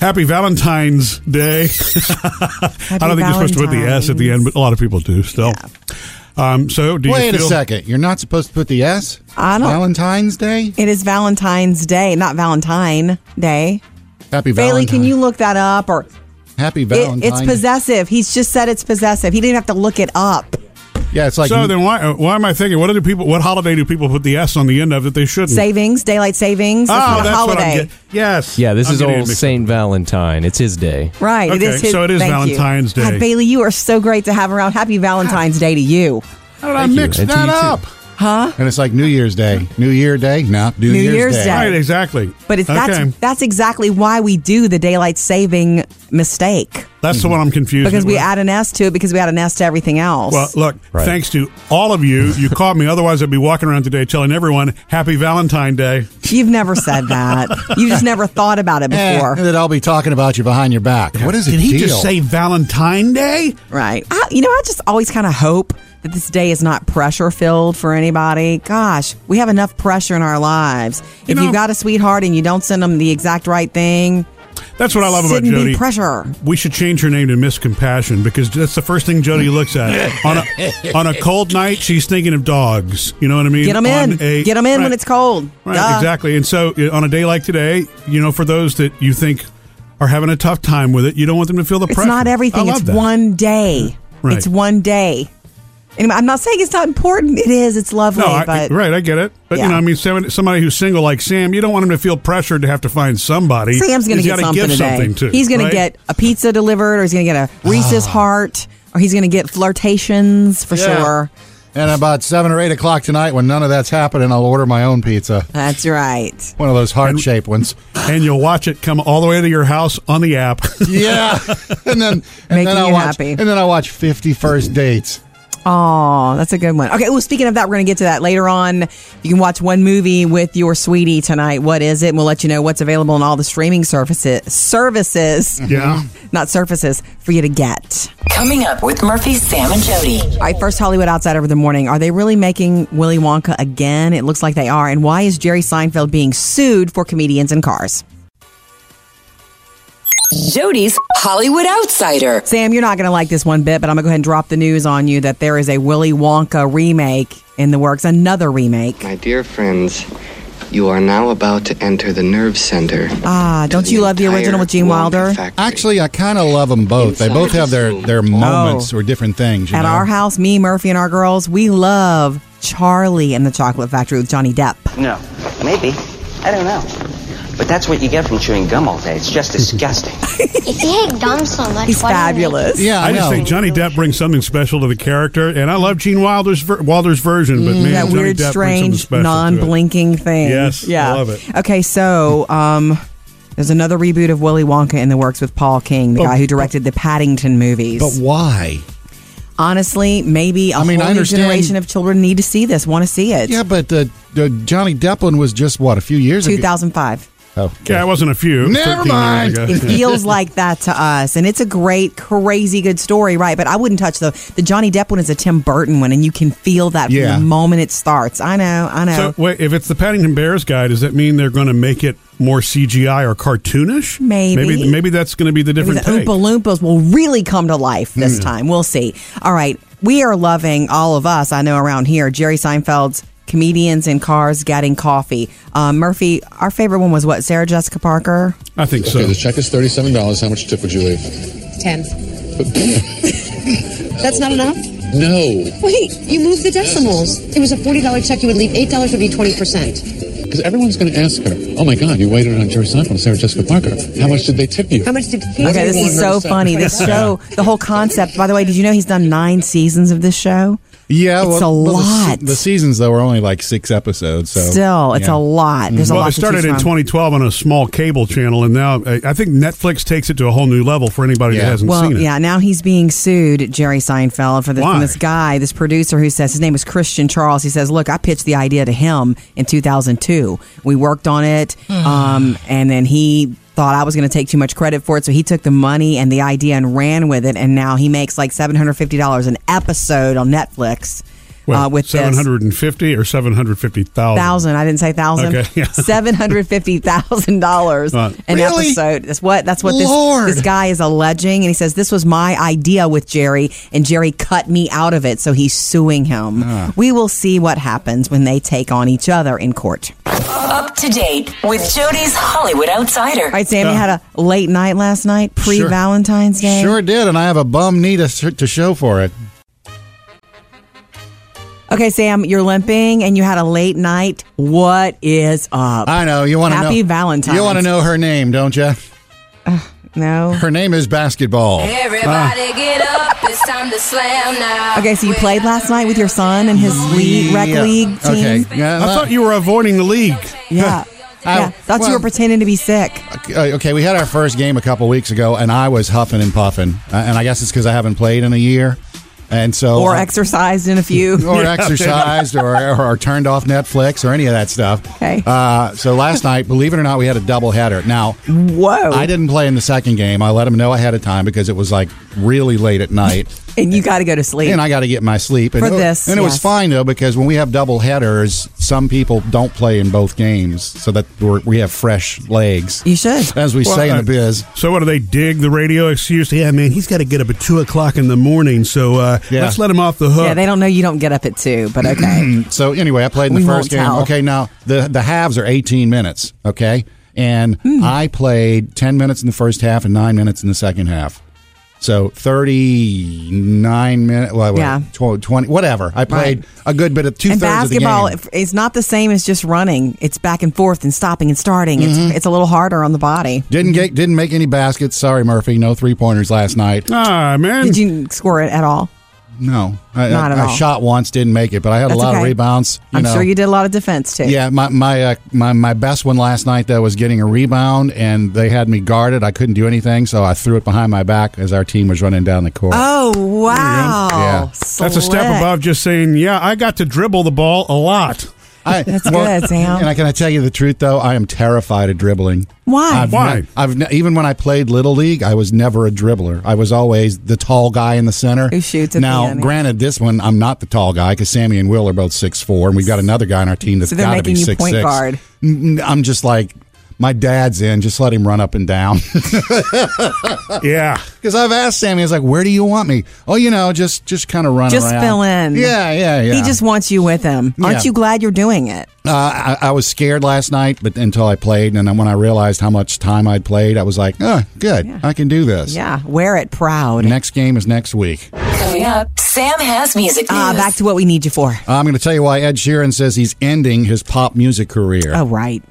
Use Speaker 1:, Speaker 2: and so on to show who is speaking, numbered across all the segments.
Speaker 1: Happy Valentine's Day. I don't think you're supposed to put the S at the end, but a lot of people do still. Um, so, do you
Speaker 2: Wait a
Speaker 1: feel-
Speaker 2: second. You're not supposed to put the S?
Speaker 3: I don't-
Speaker 2: Valentine's Day?
Speaker 3: It is Valentine's Day, not Valentine Day.
Speaker 2: Happy
Speaker 3: Bailey,
Speaker 2: Valentine's
Speaker 3: can you look that up? Or
Speaker 2: Happy
Speaker 3: it,
Speaker 2: Valentine's
Speaker 3: it's possessive. He's just said it's possessive. He didn't have to look it up.
Speaker 2: Yeah, it's like
Speaker 1: so then why why am I thinking? What do people? What holiday do people put the S on the end of that they shouldn't?
Speaker 3: Savings, daylight savings.
Speaker 1: oh,
Speaker 3: It's not a
Speaker 1: that's
Speaker 3: holiday.
Speaker 1: what I'm getting. Yes.
Speaker 4: Yeah, this
Speaker 1: I'm
Speaker 4: is
Speaker 1: getting it
Speaker 4: old
Speaker 1: mixed
Speaker 4: Saint Valentine. It's his day.
Speaker 3: Right. it
Speaker 1: Okay,
Speaker 3: is his,
Speaker 1: so it is
Speaker 3: thank
Speaker 1: Valentine's
Speaker 3: you.
Speaker 1: Day.
Speaker 3: God, Bailey, you are so great to have around. Happy Valentine's Day to you.
Speaker 1: up. How did I
Speaker 2: Thank you.
Speaker 1: mix
Speaker 2: And to
Speaker 1: that
Speaker 2: you,
Speaker 1: up?
Speaker 2: too. And it's like New Year's Day. New Year Day? No, New,
Speaker 3: New Year's Day.
Speaker 1: Right, exactly.
Speaker 3: But it's
Speaker 1: Okay.
Speaker 3: that's that's exactly why we do the daylight saving mistake
Speaker 1: That's the one I'm confused
Speaker 3: because we
Speaker 1: with.
Speaker 3: add an S to it because we add an S to everything else.
Speaker 1: Well, look,
Speaker 4: Right.
Speaker 1: thanks to all of you, you caught me. Otherwise, I'd be walking around today telling everyone Happy Valentine Day.
Speaker 3: You've never said that. you just never thought about it
Speaker 2: Eh,
Speaker 3: before.
Speaker 2: that I'll be talking about you behind your back. What is it?
Speaker 1: Did he
Speaker 2: deal?
Speaker 1: just say Valentine Day?
Speaker 3: Right. I, you know, I just always kind of hope that this day is not pressure filled for anybody. Gosh, we have enough pressure in our lives. if
Speaker 1: know-
Speaker 3: you've got a sweetheart and you don't send them the exact right thing,
Speaker 1: That's what I love about
Speaker 3: shouldn't
Speaker 1: Jody.
Speaker 3: be pressure.
Speaker 1: We should change her name to Miss Compassion because that's the first thing Jody looks at on a on a cold night. She's thinking of dogs. You know what I mean?
Speaker 3: Get them
Speaker 1: On
Speaker 3: in.
Speaker 1: a-
Speaker 3: Get them in when
Speaker 1: right,
Speaker 3: it's cold.
Speaker 1: Right,
Speaker 3: Duh.
Speaker 1: exactly. And so uh, on a day like today, you know, for those that you think are having a tough time with it, you don't want them to feel the
Speaker 3: It's
Speaker 1: pressure.
Speaker 3: not
Speaker 1: I
Speaker 3: everything.
Speaker 1: love
Speaker 3: It's
Speaker 1: that.
Speaker 3: one day.
Speaker 1: Right.
Speaker 3: It's one day. Anyway, I'm not saying it's not important. It is. It's lovely.
Speaker 1: No, I,
Speaker 3: but
Speaker 1: right, I get it. But you
Speaker 3: Yeah.
Speaker 1: know, I mean, somebody, somebody who's single like Sam, you don't want him to feel pressured to have to find somebody.
Speaker 3: Sam's going to
Speaker 1: He's
Speaker 3: get
Speaker 1: gotta
Speaker 3: something
Speaker 1: give
Speaker 3: today.
Speaker 1: something to.
Speaker 3: he's going
Speaker 1: right?
Speaker 3: to get a pizza delivered, or he's going to get a Reese's heart, or he's going to get flirtations for
Speaker 2: Yeah.
Speaker 3: sure.
Speaker 2: And about seven or eight o'clock tonight, when none of that's happening, I'll order my own pizza.
Speaker 3: That's right.
Speaker 2: One of those heart shaped ones.
Speaker 1: and you'll watch it come all the way to your house on the app.
Speaker 2: Yeah. and then and
Speaker 3: Making
Speaker 2: then I
Speaker 3: you
Speaker 2: watch
Speaker 3: happy.
Speaker 2: and then I watch Fifty First Dates.
Speaker 3: Oh, that's a good one. Okay. Well, speaking of that, we're going to get to that later on. You can watch one movie with your sweetie tonight. What is it? And we'll let you know what's available on all the streaming services. Services.
Speaker 1: yeah.
Speaker 3: Not surfaces for you to get.
Speaker 5: Coming up with Murphy, Sam, and Jody.
Speaker 3: All right, first Hollywood Outsider of the morning. Are they really making Willy Wonka again? It looks like they are. And why is Jerry Seinfeld being sued for comedians in cars?
Speaker 5: Jody's Hollywood Outsider.
Speaker 3: Sam, you're not going to like this one bit, but I'm going to go ahead and drop the news on you that there is a Willy Wonka remake in the works, another remake.
Speaker 6: My dear friends, you are now about to enter the nerve center.
Speaker 3: Ah, don't you love the original with Gene Wilder?
Speaker 2: Actually, I kind of love them both. They
Speaker 6: Inside
Speaker 2: both have their
Speaker 6: this
Speaker 2: their
Speaker 6: room.
Speaker 2: moments or different things. You
Speaker 3: At
Speaker 2: know?
Speaker 3: our house, me, Murphy, and our girls, we love Charlie and the Chocolate Factory with Johnny Depp.
Speaker 7: No. Maybe. I don't know. But that's what you get from chewing gum all day. It's just disgusting.
Speaker 8: If you hate gum so much,
Speaker 3: He's
Speaker 8: why do you make
Speaker 3: fabulous.
Speaker 2: Yeah, I,
Speaker 1: I just
Speaker 2: know.
Speaker 1: think Johnny Depp brings something special to the character, and I love Gene Wilder's ver- Wilder's version, but man,
Speaker 3: Mm, that
Speaker 1: Johnny
Speaker 3: weird,
Speaker 1: Depp brings something
Speaker 3: strange,
Speaker 1: special to it.
Speaker 3: non-blinking thing.
Speaker 1: Yes, I
Speaker 3: yeah,
Speaker 1: love it.
Speaker 3: Okay, so um, there's another reboot of Willy Wonka in the works with Paul King, the guy who directed the Paddington movies.
Speaker 2: But why?
Speaker 3: Honestly, maybe a
Speaker 2: I mean,
Speaker 3: whole
Speaker 2: I
Speaker 3: new
Speaker 2: understand-
Speaker 3: generation of children need to see this, want to see it.
Speaker 2: Yeah, but uh, uh, Johnny Depp one was just what a few years ago.
Speaker 3: 2005.
Speaker 2: Oh,
Speaker 1: Yeah, it wasn't a few. It was
Speaker 2: Never
Speaker 1: 13 years
Speaker 2: mind.
Speaker 1: ago.
Speaker 3: It feels like that to us, and it's a great, crazy good story, right? But I wouldn't touch the the Johnny Depp one. Is a Tim Burton one, and you can feel that
Speaker 2: Yeah.
Speaker 3: from the moment it starts. I know, I know.
Speaker 1: So wait, if it's the Paddington Bears guy, does that mean they're going to make it more CGI or cartoonish?
Speaker 3: Maybe.
Speaker 1: maybe, maybe that's going to be the
Speaker 3: Maybe
Speaker 1: different
Speaker 3: the
Speaker 1: take. Hmm.
Speaker 3: Oompa Loompas will really come to life this time. We'll see. All right. We are loving all of us, I know around here, Jerry Seinfeld's comedians in cars getting coffee. Um, Murphy, our favorite one was what? Sarah Jessica Parker?
Speaker 1: I think so.
Speaker 9: Okay, the check is thirty-seven dollars. How much tip would you leave?
Speaker 10: Ten. That's not enough?
Speaker 9: No,
Speaker 10: Wait, you moved the decimals. It was a $40 check. You would leave $8 would be 20%.
Speaker 9: because everyone's going to ask her. Oh my God, you waited on Jerry Seinfeld and Sarah Jessica Parker. How much did they tip you?
Speaker 3: Um,
Speaker 10: How much did he
Speaker 3: Okay, this is so funny. This show, the whole concept. By the way, did you know he's done nine seasons of this show?
Speaker 2: yeah,
Speaker 3: It's
Speaker 2: well,
Speaker 3: a
Speaker 2: well, the se-
Speaker 3: lot.
Speaker 2: The, seasons though were only like six episodes. So
Speaker 3: Still, it's
Speaker 2: yeah.
Speaker 3: a lot. There's a
Speaker 1: well,
Speaker 3: lot
Speaker 1: it started
Speaker 3: to
Speaker 1: in
Speaker 3: choose from.
Speaker 1: 2012 on a small cable channel, and now I I think Netflix takes it to a whole new level for anybody that
Speaker 2: Yeah.
Speaker 1: hasn't
Speaker 3: Well,
Speaker 1: seen it.
Speaker 3: yeah. Now he's being sued, Jerry Seinfeld, for this,
Speaker 1: Why?
Speaker 3: from this guy, this producer who says his name is Christian Charles. He says, "Look, I pitched the idea to him in 2002. We worked on it, um, and then he." Thought I was going to take too much credit for it, so he took the money and the idea and ran with it. And now he makes like seven hundred fifty dollars an episode on Netflix. uh, with
Speaker 1: seven
Speaker 3: this.
Speaker 1: hundred and fifty or seven hundred fifty
Speaker 2: Oh.
Speaker 1: thousand.
Speaker 3: Thousand, I didn't say thousand.
Speaker 1: Okay, yeah.
Speaker 3: Seven hundred fifty thousand dollars
Speaker 1: Uh,
Speaker 3: an
Speaker 2: Really?
Speaker 3: episode. That's what that's what this
Speaker 2: Lord.
Speaker 3: this guy is alleging, and he says this was my idea with Jerry, and Jerry cut me out of it, so he's suing him.
Speaker 2: Ah.
Speaker 3: We will see what happens when they take on each other in court.
Speaker 5: Up to date with Jody's Hollywood Outsider.
Speaker 3: All right, Sam, you
Speaker 1: Yeah.
Speaker 3: had a late night last night, pre Valentine's Day.
Speaker 2: Ah. Sure did, and I have a bum knee to, sh- to show for it.
Speaker 3: Okay, Sam, you're limping, and you had a late night. What is up?
Speaker 2: I know you want to know.
Speaker 3: Happy Valentine's.
Speaker 2: You want to know her name, don't you?
Speaker 3: no.
Speaker 2: Her name is basketball.
Speaker 3: Ah.
Speaker 11: Everybody get up, it's time to slam now.
Speaker 3: Okay, so you played last night with your son and his league, rec
Speaker 2: Yeah.
Speaker 3: league team.
Speaker 2: Okay. Yeah, uh,
Speaker 1: I thought you were avoiding the league.
Speaker 3: Yeah.
Speaker 2: I-
Speaker 3: yeah. Thought you
Speaker 2: Oh, well-
Speaker 3: were pretending to be sick.
Speaker 2: Uh, okay, we had our first game a couple weeks ago, and I was huffing and puffing, uh, and I guess it's because I haven't played in a year, and so
Speaker 3: Or
Speaker 2: Oh, I- Oh,
Speaker 3: exercised in a few.
Speaker 2: or exercised, or, or or turned off Netflix, or any of that stuff.
Speaker 3: Okay.
Speaker 2: Uh, so last night, believe it or not, we had a double header. Now
Speaker 3: Whoa.
Speaker 2: I didn't play in the second game. I let them know ahead of time because it was like really late at night.
Speaker 3: and you got to go to sleep.
Speaker 2: and I got to get my sleep. And
Speaker 3: For
Speaker 2: it-
Speaker 3: this,
Speaker 2: and it was
Speaker 3: yes.
Speaker 2: fine though because when we have double headers, some people don't play in both games, so that we're, we have fresh legs,
Speaker 3: you should.
Speaker 2: as we
Speaker 1: Well,
Speaker 2: say in
Speaker 1: uh,
Speaker 2: the biz.
Speaker 1: So what do they dig the radio excuse? Yeah, man, he's got to get up at two o'clock in the morning. So uh,
Speaker 2: Yeah.
Speaker 1: let's let him off the hook.
Speaker 3: Yeah, they don't know you don't get up at two, but okay.
Speaker 2: So anyway, I played in
Speaker 3: We
Speaker 2: the
Speaker 3: won't
Speaker 2: first game.
Speaker 3: tell.
Speaker 2: Okay, now the the halves are 18 minutes. Okay, and
Speaker 3: Hmm.
Speaker 2: I played 10 minutes in the first half and nine minutes in the second half. So 39 minutes, well,
Speaker 3: Yeah.
Speaker 2: yeah. 20, whatever. I played a good bit of two
Speaker 3: and
Speaker 2: thirds of the game.
Speaker 3: basketball is not the same as just running. It's back and forth and stopping and starting.
Speaker 2: Mm-hmm.
Speaker 3: It's, it's a little harder on the body.
Speaker 2: Didn't get, didn't make any baskets. Sorry, Murphy. No three pointers last night.
Speaker 1: Ah, man.
Speaker 3: Did you score it at all?
Speaker 2: No, I,
Speaker 3: Not
Speaker 2: I,
Speaker 3: at
Speaker 2: I
Speaker 3: all.
Speaker 2: shot once, didn't make it, but I had
Speaker 3: That's
Speaker 2: a lot of
Speaker 3: okay.
Speaker 2: rebounds. You
Speaker 3: I'm
Speaker 2: know.
Speaker 3: sure you did a lot of defense too.
Speaker 2: Yeah, my my, uh, my my best one last night though was getting a rebound, and they had me guarded. I couldn't do anything, so I threw it behind my back as our team was running down the court.
Speaker 3: Oh wow!
Speaker 2: Yeah.
Speaker 1: That's a step
Speaker 3: Slick.
Speaker 1: above just saying, yeah, I got to dribble the ball a lot.
Speaker 2: I,
Speaker 3: That's good, Sam.
Speaker 2: And I can I tell you the truth though, I am terrified of dribbling.
Speaker 3: Why?
Speaker 2: I've
Speaker 1: Why?
Speaker 2: ne- I've ne- even when I played little league, I was never a dribbler. I was always the tall guy in the center
Speaker 3: Who shoots at the
Speaker 2: now,
Speaker 3: end, yeah.
Speaker 2: granted, this one I'm not the tall guy because Sammy and Will are both six four, and we've got another guy on our team that's
Speaker 3: So they're
Speaker 2: got to
Speaker 3: making
Speaker 2: be
Speaker 3: you
Speaker 2: six
Speaker 3: point guard.
Speaker 2: I'm just like. My dad's in. Just let him run up and down.
Speaker 1: Yeah.
Speaker 2: Because I've asked Sammy, I was like, "Where do you want me?" Oh, you know, just just kind of run
Speaker 3: Just
Speaker 2: around.
Speaker 3: fill in.
Speaker 2: Yeah, yeah, yeah.
Speaker 3: He just wants you with him. Aren't
Speaker 2: Yeah.
Speaker 3: you glad you're doing it?
Speaker 2: Uh, I, I was scared last night, but until I played, and then when I realized how much time I'd played, I was like, "Oh, good, I can do this."
Speaker 3: Yeah, wear it proud.
Speaker 2: Next game is next week.
Speaker 5: Coming up, Sam has music news.
Speaker 3: Ah, back to what we need you for.
Speaker 2: I'm going to tell you why Ed Sheeran says he's ending his pop music career.
Speaker 3: Oh, right.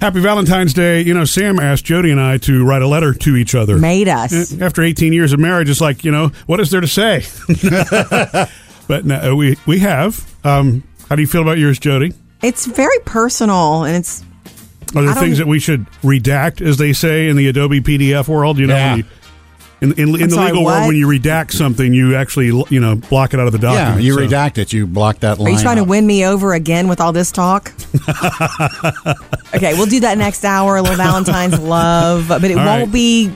Speaker 1: Happy Valentine's Day. You know, Sam asked Jody and I to write a letter to each other. Eh,
Speaker 3: Made
Speaker 2: Mm.
Speaker 3: us.
Speaker 1: After 18 years of marriage, it's like, you know, what is there to say? but no, we, we have. Um, how do you feel about yours, Jody?
Speaker 3: It's very personal, and it's
Speaker 1: Are
Speaker 3: I
Speaker 1: there
Speaker 3: don't-
Speaker 1: things that we should redact, as they say in the Adobe PDF world? You know,
Speaker 2: Yeah.
Speaker 1: when you- in, in, in
Speaker 3: I'm
Speaker 1: the
Speaker 3: sorry,
Speaker 1: legal world,
Speaker 3: what?
Speaker 1: when you redact something, you actually, you know, block it out of the
Speaker 2: yeah,
Speaker 1: document.
Speaker 2: Oh, you
Speaker 1: so.
Speaker 2: redact it. You block that
Speaker 3: Are
Speaker 2: line.
Speaker 3: you trying to
Speaker 2: out.
Speaker 3: win me over again with all this talk? okay, we'll do that next hour. A little Valentine's love, but it
Speaker 1: All
Speaker 3: won't
Speaker 1: right.
Speaker 3: be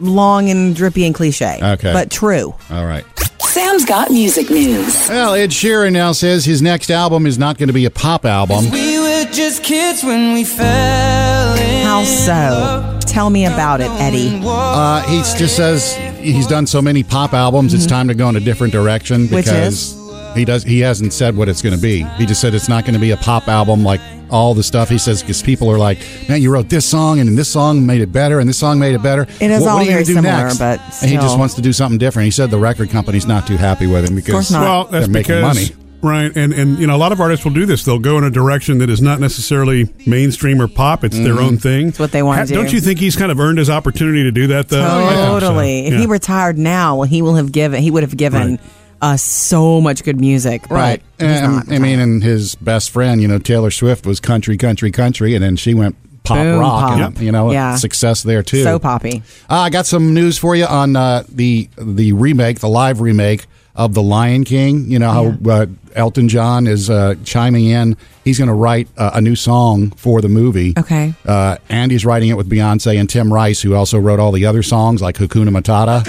Speaker 3: long and drippy and cliche.
Speaker 2: Okay.
Speaker 3: but true.
Speaker 2: All right.
Speaker 5: Sam's got music news.
Speaker 2: Well, Ed Sheeran now says his next album is not going to be a pop album.
Speaker 11: We were just kids when we fell in.
Speaker 3: How so? Tell me about it, Eddie.
Speaker 2: Uh, he just says he's done so many pop albums, it's time to go in a different direction
Speaker 3: Mm-hmm. Which
Speaker 2: because he does. He hasn't said what it's going to be. He just said it's not going to be a pop album like all the stuff he says because people are like, man, you wrote this song and this song made it better and this song made it better.
Speaker 3: It is
Speaker 2: what,
Speaker 3: all
Speaker 2: what are you
Speaker 3: very
Speaker 2: gonna do
Speaker 3: similar,
Speaker 2: next?
Speaker 3: but
Speaker 2: And he
Speaker 3: still.
Speaker 2: just wants to do something different. He said the record company's not too happy with him because
Speaker 3: course not.
Speaker 1: Well, that's
Speaker 2: they're making
Speaker 1: because
Speaker 2: money.
Speaker 1: right, and and you know a lot of artists will do this. They'll go in a direction that is not necessarily mainstream or pop. It's
Speaker 2: Mm-hmm.
Speaker 1: their own thing. It's
Speaker 3: what they wanna do.
Speaker 1: Don't you think he's kind of earned his opportunity to do that though? I think so.
Speaker 3: Totally. If
Speaker 1: Yeah.
Speaker 3: he retired now, well, he will have given. He would have given
Speaker 1: Right.
Speaker 3: us so much good music.
Speaker 2: Right.
Speaker 3: But he's
Speaker 2: And,
Speaker 3: not.
Speaker 2: I mean, and his best friend, you know, Taylor Swift was country, country, country, and then she went pop
Speaker 3: Boom, pop.
Speaker 2: rock, and you know,
Speaker 3: Yeah.
Speaker 2: success there too.
Speaker 3: so poppy.
Speaker 2: Uh, I got some news for you on uh, the the remake, the live remake of the Lion King. You know how uh, Elton John is uh, chiming in. He's going to write uh, a new song for the movie.
Speaker 3: Okay.
Speaker 2: Uh, and he's writing it with Beyonce and Tim Rice, who also wrote all the other songs like Hakuna Matata.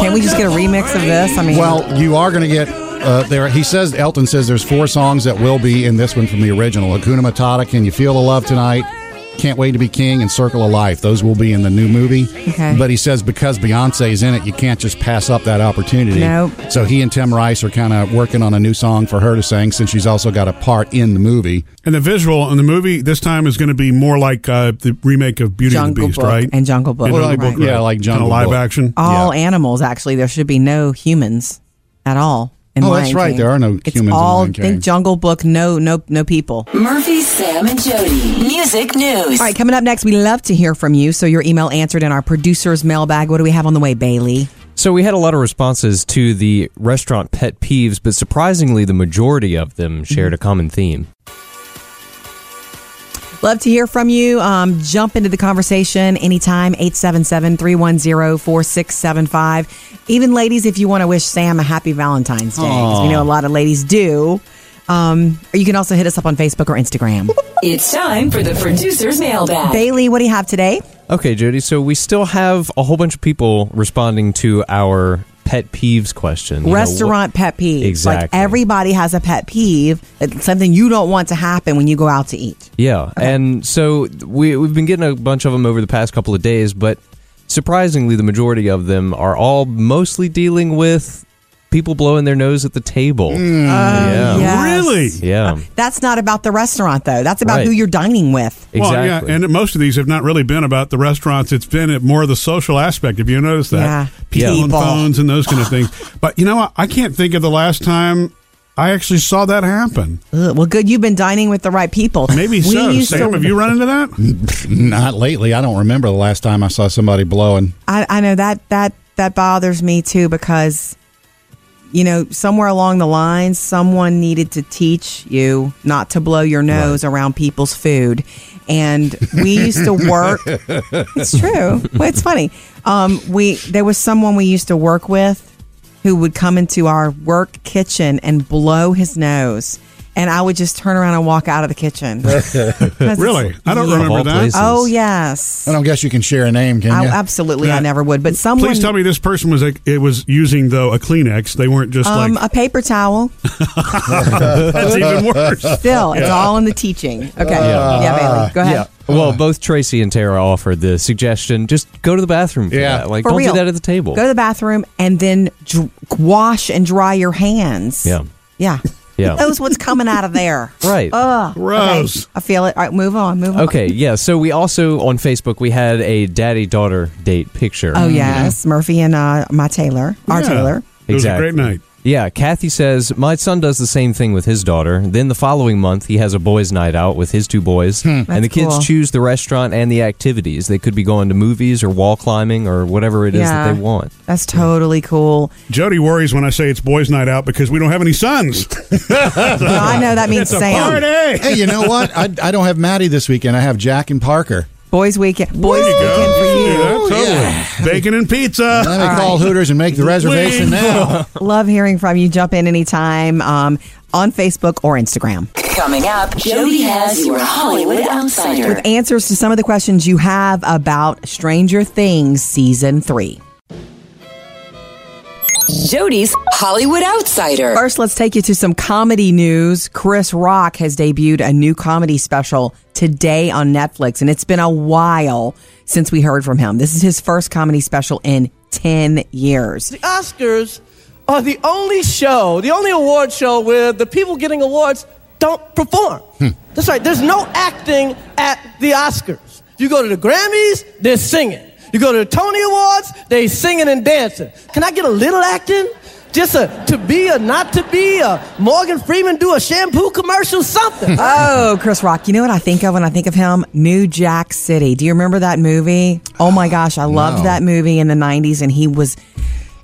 Speaker 3: Can we just get a remix of this? I mean,
Speaker 2: Well, you are going to get uh, there. He says Elton says there's four songs that will be in this one from the original: Hakuna Matata, Can You Feel the Love Tonight, Can't Wait to Be King, and Circle of Life. Those will be in the new movie.
Speaker 3: Okay.
Speaker 2: But he says because Beyonce is in it, you can't just pass up that opportunity.
Speaker 3: Nope.
Speaker 2: So he and Tim Rice are kind of working on a new song for her to sing, since she's also got a part in the movie.
Speaker 1: And the visual in the movie this time is going to be more like uh, the remake of Beauty and the
Speaker 3: Jungle
Speaker 1: Beast,
Speaker 3: Book
Speaker 1: right?
Speaker 3: and Jungle Book,
Speaker 1: And
Speaker 3: Oh,
Speaker 2: Well, like-
Speaker 1: Jungle
Speaker 2: yeah,
Speaker 1: right.
Speaker 2: like Jungle
Speaker 1: Kinda live
Speaker 2: Book.
Speaker 1: action.
Speaker 3: all animals actually. There should be no humans at all. In
Speaker 2: Oh,
Speaker 3: Lion
Speaker 2: that's right.
Speaker 3: King.
Speaker 2: There are no
Speaker 3: it's
Speaker 2: humans in
Speaker 3: All
Speaker 2: Lion King.
Speaker 3: think Jungle Book. No, no, no people.
Speaker 5: Murphy, Sam, and Jody. Music news.
Speaker 3: All right, coming up next, we love to hear from you. So your email answered in our producer's mailbag. What do we have on the way, Bailey?
Speaker 4: So we had a lot of responses to the restaurant pet peeves, but surprisingly, the majority of them
Speaker 1: Mm-hmm.
Speaker 4: shared a common theme.
Speaker 3: Love to hear from you. Um, jump into the conversation anytime, 877-310-4675. Even ladies, if you want to wish Sam a happy Valentine's Day, 'cause we know a lot of ladies do. Um, or you can also hit us up on Facebook or Instagram.
Speaker 5: It's time for the producer's mailbag.
Speaker 3: Bailey, what do you have today?
Speaker 4: Okay, Jody. So we still have a whole bunch of people responding to our pet peeves question. You know,
Speaker 3: Restaurant pet peeve. Like
Speaker 4: Exactly.
Speaker 3: everybody has a pet peeve. It's something you don't want to happen when you go out to eat.
Speaker 4: Yeah, and so we we've been getting a bunch of them over the past couple of days, but surprisingly, the majority of them are all mostly dealing with people blowing their nose at the table.
Speaker 1: Mm.
Speaker 3: Uh,
Speaker 4: yeah.
Speaker 3: yes.
Speaker 1: Really?
Speaker 4: Yeah.
Speaker 3: That's not about the restaurant though. That's about
Speaker 4: Right.
Speaker 3: who you're dining with.
Speaker 4: Exactly.
Speaker 1: Well, yeah, and most of these have not really been about the restaurants. It's been at more of the social aspect. If you notice that,
Speaker 3: Yeah.
Speaker 1: people on
Speaker 3: People.
Speaker 1: phones and those kind of things. But you know, what? I can't think of the last time I actually saw that happen.
Speaker 3: Ugh, well, good. You've been dining with the right people.
Speaker 1: Maybe so.
Speaker 3: used
Speaker 1: Sam,
Speaker 3: to-
Speaker 1: have you run into that?
Speaker 2: Not lately. I don't remember the last time I saw somebody blowing.
Speaker 3: I, I know that that that bothers me too because you know somewhere along the line someone needed to teach you not to blow your nose around people's food and we used to work it's true well, it's funny um, we there was someone we used to work with who would come into our work kitchen and blow his nose and i would just turn around and walk out of the kitchen 'Cause it's-
Speaker 1: Really? I don't
Speaker 3: Yeah.
Speaker 4: Of
Speaker 1: remember
Speaker 4: all
Speaker 1: that.
Speaker 4: places.
Speaker 3: oh yes
Speaker 2: I don't guess you can share a name, can
Speaker 3: I,
Speaker 2: you?
Speaker 3: absolutely i
Speaker 1: That-
Speaker 3: never would but someone
Speaker 1: Please tell me this person was like, it was using though a Kleenex. They weren't just
Speaker 3: Um,
Speaker 1: like
Speaker 3: a paper towel.
Speaker 1: that's even worse.
Speaker 3: Still, it's all in the teaching. Okay. Yeah, Bailey. Go ahead.
Speaker 4: Well, both Tracy and Tara offered the suggestion: just go to the bathroom. For
Speaker 2: Yeah.
Speaker 4: that. like
Speaker 3: For
Speaker 4: don't
Speaker 3: real.
Speaker 4: do that at the table.
Speaker 3: Go to the bathroom and then dr- wash and dry your hands.
Speaker 4: Yeah.
Speaker 3: Yeah.
Speaker 4: Yeah.
Speaker 3: Who knows what's coming out of there?
Speaker 4: Right.
Speaker 3: Ugh.
Speaker 1: Gross.
Speaker 3: Okay. I feel it. All right, move on. Move on.
Speaker 4: okay, yeah. So we also on Facebook we had a daddy-daughter date picture.
Speaker 3: Oh yes, Murphy and uh, my Taylor, our
Speaker 1: Yeah.
Speaker 3: Taylor.
Speaker 1: It was a
Speaker 4: Exactly.
Speaker 1: great night.
Speaker 4: Yeah, Kathy says, My son does the same thing with his daughter. Then the following month, he has a boys' night out with his two boys.
Speaker 1: Hmm.
Speaker 4: And the
Speaker 3: That's
Speaker 4: kids
Speaker 3: cool.
Speaker 4: choose the restaurant and the activities. They could be going to movies or wall climbing or whatever it is that they want.
Speaker 3: That's totally cool.
Speaker 1: Jody worries when I say it's boys' night out because we don't have any sons.
Speaker 3: No, I know that means
Speaker 1: It's a
Speaker 3: Sam.
Speaker 1: party.
Speaker 2: hey, you know what? I, I don't have Maddie this weekend. I have Jack and Parker.
Speaker 3: Boys weekend. Boys
Speaker 1: There you go.
Speaker 3: weekend for you.
Speaker 1: Yeah, totally. Bacon and pizza.
Speaker 2: Let me call Hooters and make the reservation now.
Speaker 3: Love hearing from you. Jump in anytime um, on Facebook or Instagram.
Speaker 5: Coming up, Jody has your Hollywood Outsider.
Speaker 3: answers to some of the questions you have about Stranger Things season three.
Speaker 5: Jody's Hollywood Outsider.
Speaker 3: First, let's take you to some comedy news. Chris Rock has debuted a new comedy special today on Netflix, and it's been a while since we heard from him. This is his first comedy special in 10 years.
Speaker 12: The Oscars are the only show, the only award show where the people getting awards don't perform.
Speaker 9: Hmm.
Speaker 12: That's right, there's no acting at the Oscars. You go to the Grammys, they're singing. You go to the Tony Awards, they singing and dancing. Can I get a little acting? Just a to be or not to be, a Morgan Freeman do a shampoo commercial, something.
Speaker 3: Oh, Chris Rock. You know what I think of when I think of him? New Jack City. Do you remember that movie? Oh my gosh, I loved
Speaker 2: No.
Speaker 3: that movie in the 90s and he was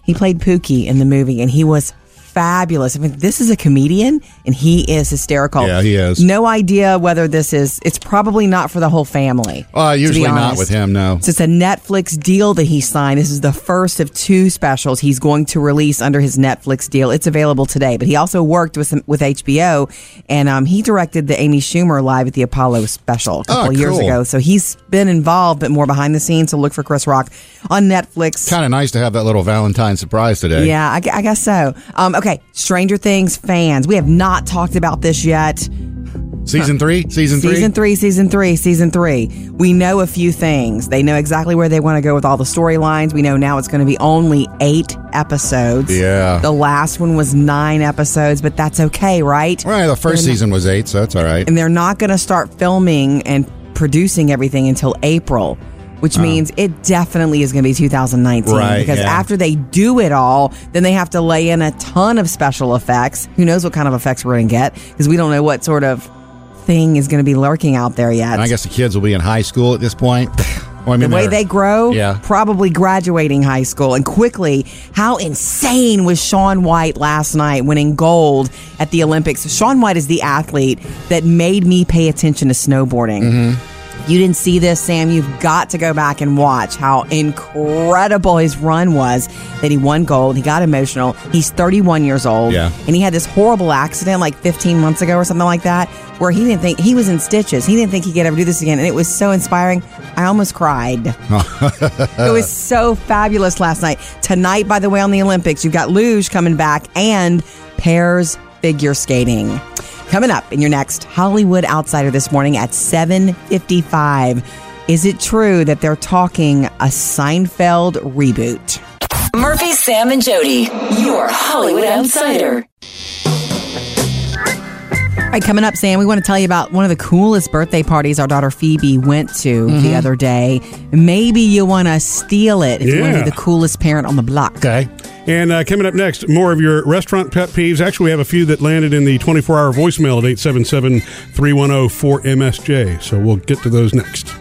Speaker 3: he played Pookie in the movie and he was fabulous. I mean, this is a comedian and he is hysterical.
Speaker 2: Yeah, he is.
Speaker 3: No idea whether this is, it's probably not for the whole family.
Speaker 2: Uh,
Speaker 3: to be
Speaker 2: usually not
Speaker 3: honest.
Speaker 2: with him, no.
Speaker 3: So it's a Netflix deal that he signed. This is the first of two specials he's going to release under his Netflix deal. It's available today. But he also worked with some, with HBO, and um, he directed the Amy Schumer Live at the Apollo special a couple
Speaker 2: Oh,
Speaker 3: of years
Speaker 2: cool.
Speaker 3: ago. So he's been involved, but more behind the scenes. So look for Chris Rock on Netflix.
Speaker 2: Kind of nice to have that little Valentine surprise today.
Speaker 3: Yeah, I, gu- I guess so. Um, okay, Stranger Things fans, we have not talked about this yet.
Speaker 2: Season three? Season three?
Speaker 3: Season three, season three, season three. We know a few things. They know exactly where they want to go with all the storylines. We know now it's going to be only eight episodes.
Speaker 2: Yeah.
Speaker 3: The last one was nine episodes, but that's okay, right?
Speaker 2: Right. The first season was eight, so that's all right.
Speaker 3: and they're not going to start filming and producing everything until April, which means it definitely is going to be 2019.
Speaker 2: Uh-huh. Right,
Speaker 3: because
Speaker 2: yeah.
Speaker 3: after they do it all, then they have to lay in a ton of special effects. Who knows what kind of effects we're going to get? Because we don't know what sort of thing is going to be lurking out there yet.
Speaker 2: And I guess the kids will be in high school at this point. Well, I
Speaker 3: the
Speaker 2: mean,
Speaker 3: way
Speaker 2: they're-
Speaker 3: they grow,
Speaker 2: Yeah.
Speaker 3: probably graduating high school and quickly. How insane was Sean White last night winning gold at the Olympics? Sean White is the athlete that made me pay attention to snowboarding.
Speaker 2: Mm-hmm.
Speaker 3: You didn't see this, Sam. You've got to go back and watch how incredible his run was that he won gold. He got emotional. He's 31 years old.
Speaker 2: Yeah.
Speaker 3: And he had this horrible accident like 15 months ago or something like that where he didn't think he was in stitches. He didn't think he could ever do this again. And it was so inspiring. I almost cried. it was so fabulous last night. Tonight, by the way, on the Olympics, you've got luge coming back and pairs figure skating. Coming up in your next Hollywood Outsider this morning at 7:55. Is it true that they're talking a Seinfeld reboot?
Speaker 5: Murphy, Sam, and Jody, your Hollywood Outsider.
Speaker 3: All right, coming up, Sam, we want to tell you about one of the coolest birthday parties our daughter Phoebe went to the other day. Maybe you want to steal it if you want to
Speaker 1: Yeah.
Speaker 3: be the coolest parent on the block.
Speaker 2: Okay.
Speaker 1: And uh, coming up next, more of your restaurant pet peeves. Actually, we have a few that landed in the 24 hour voicemail at 877 310 4MSJ. So we'll get to those next.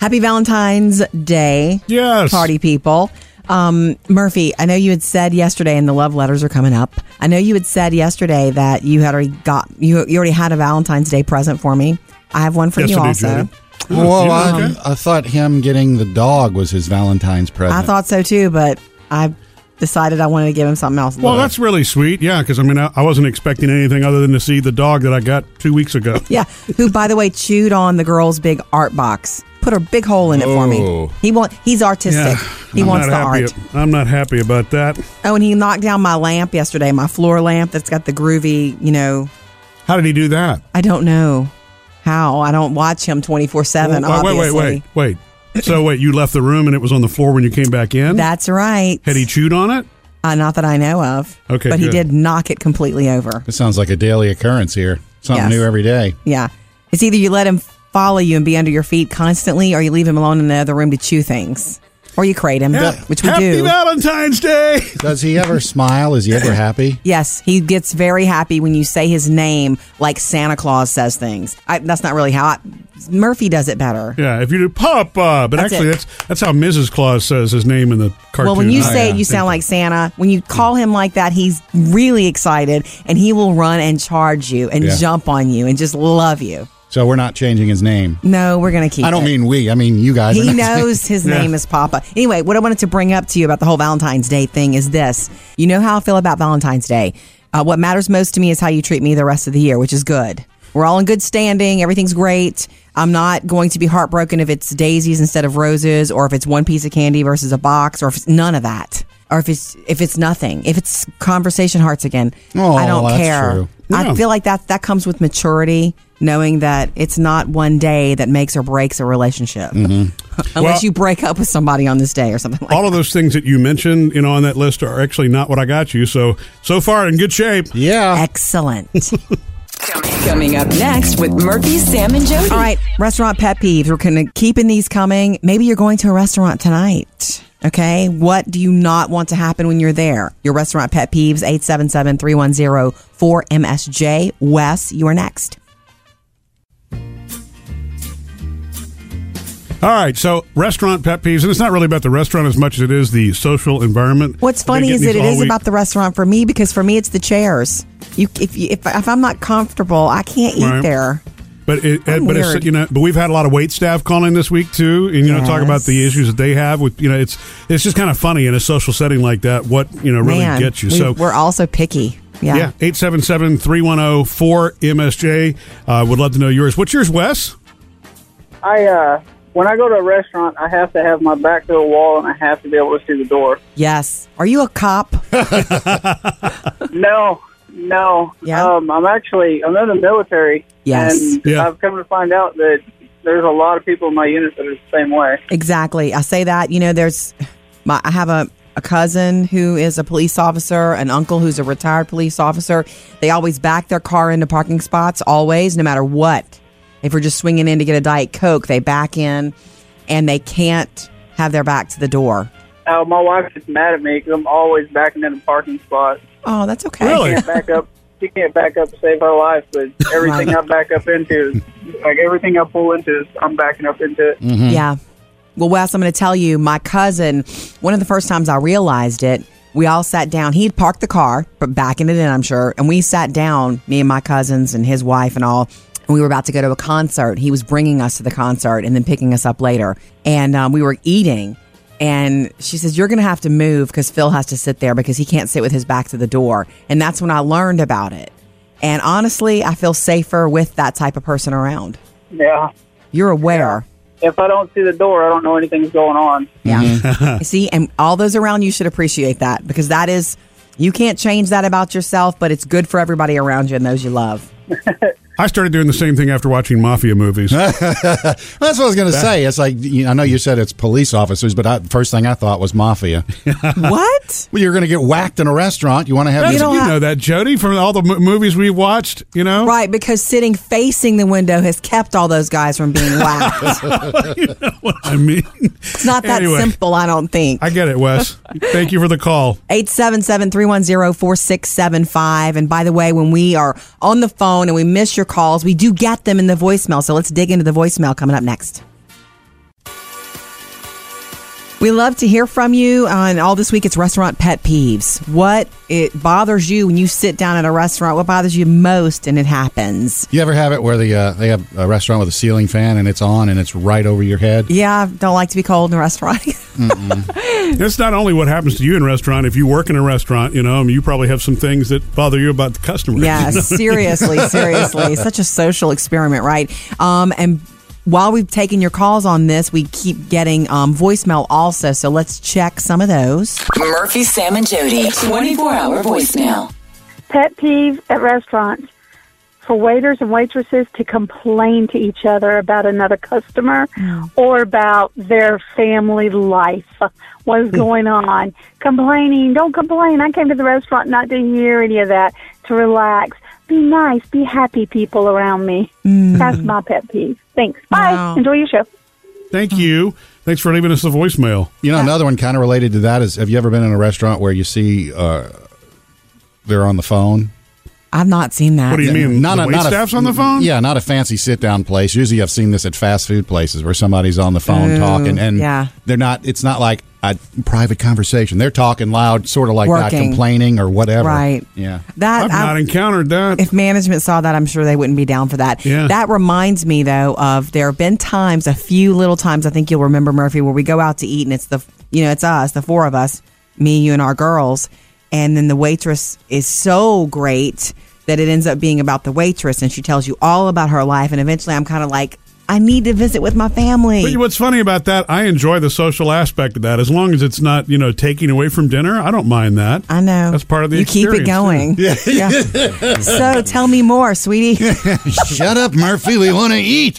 Speaker 3: Happy Valentine's Day.
Speaker 1: Yes.
Speaker 3: Party people. Um, Murphy, I know you had said yesterday, and the love letters are coming up. I know you had said yesterday that you had already got you, you already had a Valentine's Day present for me. I have one for
Speaker 1: Yes,
Speaker 3: you
Speaker 1: I do,
Speaker 3: also.
Speaker 1: Jody.
Speaker 2: Well,
Speaker 1: Oh, Yeah,
Speaker 2: I, I thought him getting the dog was his Valentine's present.
Speaker 3: I thought so too, but I decided I wanted to give him something else.
Speaker 1: Well, that's really sweet. Yeah, because I mean, I, I wasn't expecting anything other than to see the dog that I got two weeks ago.
Speaker 3: yeah. Who, by the way, chewed on the girl's big art box, put a big hole in it for me.
Speaker 2: Oh.
Speaker 3: He want he's artistic. He wants the
Speaker 1: not happy,
Speaker 3: art.
Speaker 1: I'm not happy about that.
Speaker 3: Oh, and he knocked down my lamp yesterday, my floor lamp that's got the groovy, you know,
Speaker 1: How did he do that?
Speaker 3: I don't know how. I don't watch him 24 7,
Speaker 1: Wait,
Speaker 3: obviously.
Speaker 1: wait, wait, wait, wait. So wait, you left the room and it was on the floor when you came back in.
Speaker 3: That's right.
Speaker 1: Had he chewed on it?
Speaker 3: uh, not that I know of.
Speaker 1: Okay,
Speaker 3: But he
Speaker 1: good.
Speaker 3: did knock it completely over.
Speaker 2: This sounds like a daily occurrence here. Something
Speaker 3: Yes.
Speaker 2: new every day.
Speaker 3: Yeah. It's either you let him follow you and be under your feet constantly, or you leave him alone in the other room to chew things. Or you crate him,
Speaker 1: Yeah.
Speaker 3: which we
Speaker 1: Happy
Speaker 3: do.
Speaker 1: Valentine's Day.
Speaker 2: Does he ever smile? Is he ever happy?
Speaker 3: Yes, he gets very happy when you say his name, like Santa Claus says things. I, that's not really how I, Murphy does it better.
Speaker 1: Yeah, if you do Papa, but
Speaker 3: That's
Speaker 1: actually
Speaker 3: it.
Speaker 1: that's that's how Mrs. Claus says his name in the cartoon.
Speaker 3: Well, when you
Speaker 1: Oh,
Speaker 3: say
Speaker 1: yeah.
Speaker 3: it, you sound like Santa. When you call him like that, he's really excited and he will run and charge you and
Speaker 2: Yeah.
Speaker 3: jump on you and just love you.
Speaker 2: So we're not changing his name.
Speaker 3: No, we're going to keep
Speaker 2: I don't
Speaker 3: it.
Speaker 2: mean we. I mean you guys.
Speaker 3: He knows his
Speaker 1: Yeah.
Speaker 3: name is Papa. Anyway, what I wanted to bring up to you about the whole Valentine's Day thing is this. You know how I feel about Valentine's Day. Uh, what matters most to me is how you treat me the rest of the year, which is good. We're all in good standing. Everything's great. I'm not going to be heartbroken if it's daisies instead of roses, or if it's one piece of candy versus a box, or if it's none of that, or if it's if it's nothing, if it's conversation hearts again.
Speaker 2: Oh,
Speaker 3: I don't
Speaker 2: that's
Speaker 3: care.
Speaker 2: true.
Speaker 3: I
Speaker 1: Yeah.
Speaker 3: feel like that that comes with maturity, knowing that it's not one day that makes or breaks a relationship.
Speaker 2: Mm-hmm.
Speaker 3: Unless
Speaker 1: Well-
Speaker 3: you break up with somebody on this day or something like
Speaker 1: all of those things that you mentioned, you know, on that list are actually not what I got you. So so far in good shape.
Speaker 2: Yeah.
Speaker 3: Excellent.
Speaker 5: Coming up next with Murphy, Sam, and Jody.
Speaker 3: All right, restaurant pet peeves. We're going to keeping these coming. Maybe you're going to a restaurant tonight. Okay. What do you not want to happen when you're there? Your restaurant pet peeves, 877 310 4MSJ. Wes, you are next.
Speaker 1: All right, so restaurant pet peeves, and it's not really about the restaurant as much as it is the social environment.
Speaker 3: What's funny is that it is about the restaurant for me because for me it's the chairs. You if you, if, if I'm not comfortable, I can't eat
Speaker 1: Right.
Speaker 3: there.
Speaker 1: But it,
Speaker 3: I'm
Speaker 1: but it's,
Speaker 3: weird.
Speaker 1: you know, but we've had a lot of wait staff call in this week too, and you know, talk about the issues that they have with you know, it's it's just kind of funny in a social setting like that. What you know really
Speaker 3: Man,
Speaker 1: gets you.
Speaker 3: we-
Speaker 1: So
Speaker 3: we're also picky. Yeah.
Speaker 1: yeah, eight seven seven three one zero four MSJ. Uh, would love to know yours. What's yours, Wes?
Speaker 13: I uh, when I go to a restaurant, I have to have my back to a wall and I have to be able to see the door.
Speaker 3: Yes. Are you a cop?
Speaker 13: No, no.
Speaker 3: Yeah.
Speaker 13: Um, I'm actually I'm in the military.
Speaker 3: Yes.
Speaker 13: And
Speaker 3: Yeah.
Speaker 13: I've come to find out that there's a lot of people in my unit that are the same way.
Speaker 3: Exactly. I say that, you know, there's my I have a a cousin who is a police officer, an uncle who's a retired police officer. They always back their car into parking spots always no matter what. If we're just swinging in to get a diet coke, they back in and they can't have their back to the door.
Speaker 13: Uh, my wife gets mad at me because I'm always backing in a parking spot.
Speaker 3: Oh, that's okay.
Speaker 13: She can't back up. She can't back up to save her life, but everything I back up into, is, like everything I pull into, is I'm backing up into it.
Speaker 3: Yeah. Well, Wes, I'm going to tell you, my cousin, one of the first times I realized it, we all sat down. He had parked the car, but backing it in, I'm sure. And we sat down, me and my cousins and his wife and all. And we were about to go to a concert. He was bringing us to the concert and then picking us up later. And um, we were eating. And she says, You're going to have to move because Phil has to sit there because he can't sit with his back to the door. And that's when I learned about it. And honestly, I feel safer with that type of person around.
Speaker 13: Yeah.
Speaker 3: You're aware.
Speaker 13: If I don't see the door, I don't know anything's going on.
Speaker 3: Yeah. See, and all those around you should appreciate that because that is, you can't change that about yourself, but it's good for everybody around you and those you love.
Speaker 1: I started doing the same thing after watching mafia movies.
Speaker 2: That's what I was going to say. It's like you know, I know you said it's police officers, but I, first thing I thought was mafia.
Speaker 3: what?
Speaker 2: Well, you're going to get whacked in a restaurant. You want to have
Speaker 1: That's-
Speaker 2: these-
Speaker 3: Oh,
Speaker 1: you know that Jody from all the m- movies we've watched. You know,
Speaker 3: Right, because sitting facing the window has kept all those guys from being whacked.
Speaker 1: you know what I mean?
Speaker 3: it's not that
Speaker 1: Anyway.
Speaker 3: simple, I don't think.
Speaker 1: I get it, Wes. Thank you for the call.
Speaker 3: 877-310-4675. And by the way, when we are on the phone and we miss your calls, we do get them in the voicemail. So let's dig into the voicemail coming up next. We love to hear from you. uh, and all this week, it's restaurant pet peeves. What it bothers you when you sit down at a restaurant? What bothers you most? And it happens.
Speaker 2: You ever have it where the uh, they have a restaurant with a ceiling fan and it's on and it's right over your head?
Speaker 3: Yeah, I don't like to be cold in a restaurant.
Speaker 1: That's not only what happens to you in a restaurant. If you work in a restaurant, you know, I mean, you probably have some things that bother you about the customers.
Speaker 3: Yeah, seriously, seriously. Such a social experiment, right? Um, and while we've taken your calls on this, we keep getting um, voicemail also. So let's check some of those.
Speaker 5: Murphy, Sam, and Jody. 24 hour voicemail.
Speaker 14: pet peeve at restaurants for waiters and waitresses to complain to each other about another customer
Speaker 3: Mm.
Speaker 14: or about their family life, what
Speaker 3: Mm.
Speaker 14: is going on. Complaining, don't complain. I came to the restaurant not to hear any of that, to relax. Be nice, be happy people around me.
Speaker 3: Mm.
Speaker 14: That's my pet peeve. Thanks. Bye.
Speaker 1: Wow.
Speaker 14: Enjoy your show.
Speaker 1: Thank you. Thanks for leaving us the voicemail.
Speaker 2: You know, another one kind of related to that is: Have you ever been in a restaurant where you see uh, they're on the phone?
Speaker 3: I've not seen that.
Speaker 1: waitstaff's on the phone?
Speaker 2: Yeah, not a fancy sit-down place. Usually, I've seen this at fast food places where somebody's on the phone
Speaker 3: Ooh,
Speaker 2: talking, and
Speaker 3: Oh, yeah.
Speaker 2: they're not. It's not like a private conversation. They're talking loud, sort of like that,
Speaker 3: Working.
Speaker 2: complaining or whatever.
Speaker 3: Right.
Speaker 2: Yeah.
Speaker 3: That
Speaker 2: I've
Speaker 1: not encountered that.
Speaker 3: If management saw that, I'm sure they wouldn't be down for that.
Speaker 2: Yeah.
Speaker 3: That reminds me though of there have been times, a few little times, I think you'll remember Murphy, where we go out to eat and it's the you know it's us, the four of us, me, you, and our girls, and then the waitress is so great that it ends up being about the waitress and she tells you all about her life, and eventually I'm kind of like. I need to visit with my family.
Speaker 1: But what's funny about that, I enjoy the social aspect of that. As long as it's not, you know, taking away from dinner, I don't mind that.
Speaker 3: I know.
Speaker 1: That's part of the
Speaker 3: You keep it
Speaker 1: experience,
Speaker 3: going.
Speaker 1: too.
Speaker 3: Yeah. so tell me more, sweetie.
Speaker 2: Shut up, Murphy. We want to eat.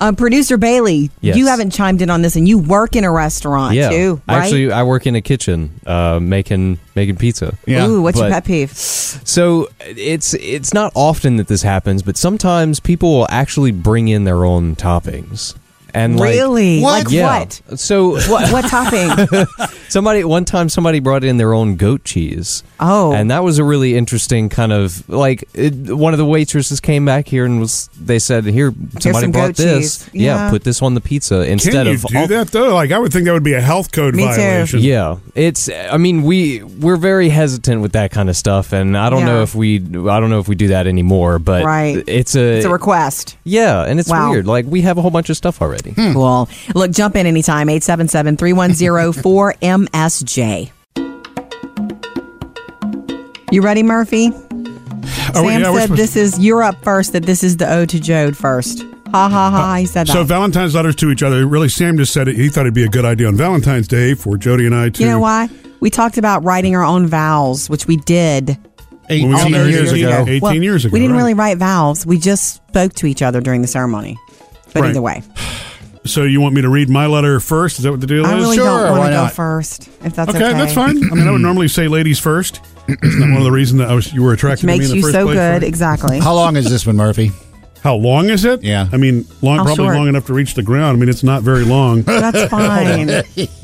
Speaker 3: Um, Producer Bailey,
Speaker 4: Yes.
Speaker 3: you haven't chimed in on this, and you work in a restaurant too, right?
Speaker 4: Actually, I work in a kitchen uh, making making pizza.
Speaker 3: Ooh, what's your
Speaker 4: But-
Speaker 3: pet peeve?
Speaker 4: So it's it's not often that this happens, but sometimes people will actually bring in their own toppings. And like-
Speaker 3: Really? What? Like
Speaker 4: Yeah.
Speaker 3: what?
Speaker 4: So
Speaker 3: What, what topping?
Speaker 4: somebody one time somebody brought in their own goat cheese.
Speaker 3: Oh.
Speaker 4: and that was a really interesting kind of like it, one of the waitresses came back here and was they said here somebody
Speaker 1: some
Speaker 4: brought
Speaker 1: goat
Speaker 4: this
Speaker 1: cheese."
Speaker 4: yeah.
Speaker 1: Yeah.
Speaker 4: put this on the pizza instead
Speaker 1: Can you
Speaker 4: of
Speaker 1: do that though? Like I would think that would be a health code violation.
Speaker 4: Yeah, it's. I mean, we we're very hesitant with that kind of stuff, and I don't know
Speaker 3: Yeah.
Speaker 4: if we I don't know if we do that anymore. But
Speaker 3: Right.
Speaker 4: it's a
Speaker 3: It's a request.
Speaker 4: Yeah, and it's
Speaker 3: Wow.
Speaker 4: weird. Like we have a whole bunch of stuff already.
Speaker 15: Hmm.
Speaker 1: Hmm.
Speaker 3: Cool. Look, jump in anytime. 877 310 4MSJ. You ready, Murphy?
Speaker 1: Oh, wait,
Speaker 3: Sam
Speaker 1: yeah, we're
Speaker 3: said
Speaker 1: supposed-
Speaker 3: this is you're up first, that this is the ode to Jode first. Ha ha ha. He said that.
Speaker 1: Uh, So Valentine's letters to each other. Really, Sam just said it. He thought it'd be a good idea on Valentine's Day for Jody and I to.
Speaker 3: you know why? We talked about writing our own vows, which we did.
Speaker 1: When we got
Speaker 3: 18
Speaker 1: married
Speaker 3: years
Speaker 1: ago. 18
Speaker 3: Well,
Speaker 1: years ago.
Speaker 3: We didn't
Speaker 1: right.
Speaker 3: really write vows. We just spoke to each other during the ceremony. But
Speaker 1: Right.
Speaker 3: either way,
Speaker 1: So you want me to read my letter first? Is that what the deal
Speaker 3: I
Speaker 1: is?
Speaker 3: really don't want to go first, if that's okay.
Speaker 1: okay, that's fine. I mean, I would normally say ladies first. Isn't that one of the reasons that I was you were attracted to me
Speaker 3: Makes
Speaker 1: in the
Speaker 3: you
Speaker 1: first
Speaker 3: so
Speaker 1: place?
Speaker 3: good.
Speaker 1: right?
Speaker 3: Exactly.
Speaker 2: How long is this one, Murphy?
Speaker 1: How long is it?
Speaker 2: Yeah.
Speaker 1: I mean, long,
Speaker 3: How
Speaker 1: probably
Speaker 3: short?
Speaker 1: long enough to reach the ground. I mean, it's not very long.
Speaker 3: That's fine.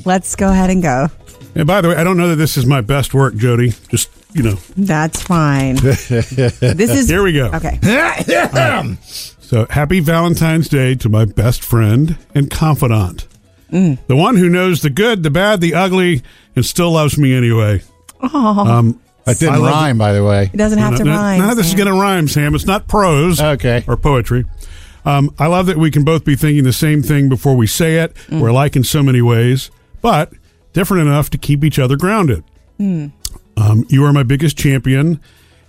Speaker 3: Let's go ahead and go.
Speaker 1: and by the way, I don't know that this is my best work, Jody. Just you know,
Speaker 3: That's fine.
Speaker 1: this
Speaker 3: is-
Speaker 1: here we go.
Speaker 3: Okay.
Speaker 1: So happy Valentine's Day to my best friend and confidant,
Speaker 3: Mm.
Speaker 1: the one who knows the good, the bad, the ugly, and still loves me anyway.
Speaker 3: Oh,
Speaker 1: Um,
Speaker 2: That didn't
Speaker 1: I love-
Speaker 2: rhyme, by the way.
Speaker 3: it doesn't have to
Speaker 1: No, no,
Speaker 3: rhyme.
Speaker 1: None of this is
Speaker 3: Sam.
Speaker 1: going to rhyme, Sam. It's not prose. Okay. Or poetry. Um, I love that we can both be thinking the same thing before we say it.
Speaker 3: Mm.
Speaker 1: We're alike in so many ways, but different enough to keep each other grounded.
Speaker 3: Mm.
Speaker 1: Um, you are my biggest champion,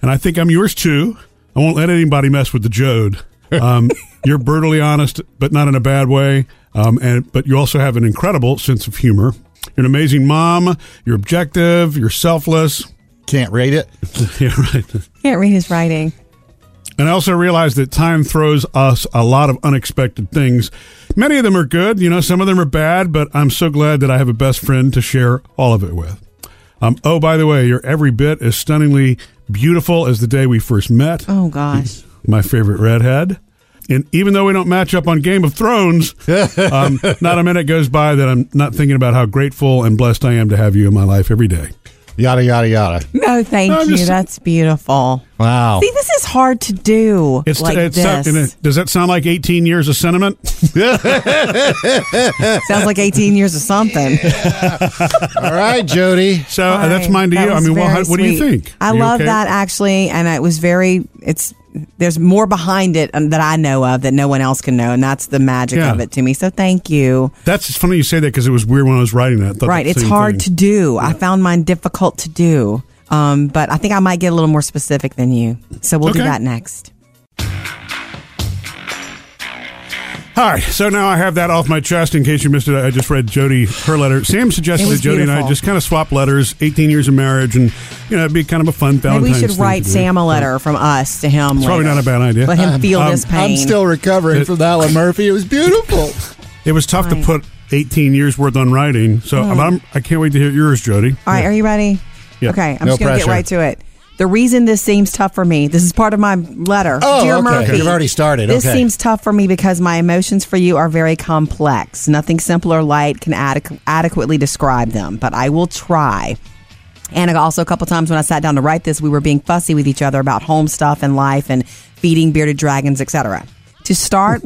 Speaker 1: and I think I'm yours too. I won't let anybody mess with the Jode. Um, you're brutally honest, but not in a bad way. Um, and but you also have an incredible sense of humor. You're an amazing mom. You're objective. You're selfless.
Speaker 2: Can't rate it.
Speaker 1: yeah, right.
Speaker 3: Can't read his writing.
Speaker 1: And I also realize that time throws us a lot of unexpected things. Many of them are good, you know, some of them are bad, but I'm so glad that I have a best friend to share all of it with. Um, oh, by the way, you're every bit as stunningly beautiful as the day we first met,
Speaker 3: Oh gosh.
Speaker 1: my favorite redhead. And even though we don't match up on Game of Thrones, um, not a minute goes by that I'm not thinking about how grateful and blessed I am to have you in my life every day.
Speaker 2: Yada yada yada.
Speaker 3: No, thank
Speaker 1: I'm
Speaker 3: you.
Speaker 1: just-
Speaker 3: That's beautiful.
Speaker 2: Wow.
Speaker 3: See, this is hard to do.
Speaker 1: It's,
Speaker 3: like
Speaker 1: it's
Speaker 3: this.
Speaker 1: and it- does that sound like 18 years of sentiment?
Speaker 3: Sounds like 18 years of something.
Speaker 2: All right, Jody.
Speaker 1: So
Speaker 3: All
Speaker 1: uh, that's
Speaker 3: right.
Speaker 1: mine to
Speaker 3: That
Speaker 1: you. I
Speaker 3: was
Speaker 1: mean, well,
Speaker 3: very
Speaker 1: how, what do you
Speaker 3: sweet.
Speaker 1: think?
Speaker 3: I
Speaker 1: Are you
Speaker 3: love
Speaker 1: okay?
Speaker 3: that actually, and it was very. It's there's more behind it um, that I know of that no one else can know, and that's the magic
Speaker 1: Yeah.
Speaker 3: of it to me. So thank you.
Speaker 1: That's it's funny you say that because it was weird when I was writing that. I thought
Speaker 3: Right,
Speaker 1: the
Speaker 3: it's
Speaker 1: same
Speaker 3: hard to
Speaker 1: thing.
Speaker 3: do. I found mine difficult to do, um, but I think I might get a little more specific than you. So we'll do
Speaker 1: Okay.
Speaker 3: that next.
Speaker 1: All right, so now I have that off my chest. In case you missed it, I just read Jody her letter. Sam suggested
Speaker 3: It was
Speaker 1: that Jody and I
Speaker 3: beautiful.
Speaker 1: just kind of swap letters. 18 years of marriage, and you know, it'd be kind of a fun Valentine's.
Speaker 3: Maybe we should
Speaker 1: thing
Speaker 3: write
Speaker 1: to do.
Speaker 3: Sam a letter from us to him.
Speaker 1: It's probably
Speaker 3: later.
Speaker 1: not a bad idea.
Speaker 3: Let him feel
Speaker 1: Um,
Speaker 3: this pain.
Speaker 2: I'm still recovering
Speaker 1: It-
Speaker 2: from that one, Murphy. It was beautiful.
Speaker 1: It was tough
Speaker 3: Fine.
Speaker 1: to put 18 years worth on writing, so
Speaker 3: Hmm.
Speaker 1: I'm, I'm, I can't wait to hear yours, Jody.
Speaker 3: All right, are you ready?
Speaker 1: Yeah.
Speaker 3: Okay, I'm
Speaker 1: No
Speaker 3: just going to get
Speaker 1: pressure.
Speaker 3: right to it. The reason this seems tough for me, this is part of my letter.
Speaker 2: Oh,
Speaker 3: Dear
Speaker 2: okay.
Speaker 3: Murphy.
Speaker 2: You've already started.
Speaker 3: This
Speaker 2: Okay.
Speaker 3: seems tough for me because my emotions for you are very complex. Nothing simple or light can adequ- adequately describe them, but I will try. And also, a couple times when I sat down to write this, we were being fussy with each other about home stuff and life and feeding bearded dragons, etc. To start,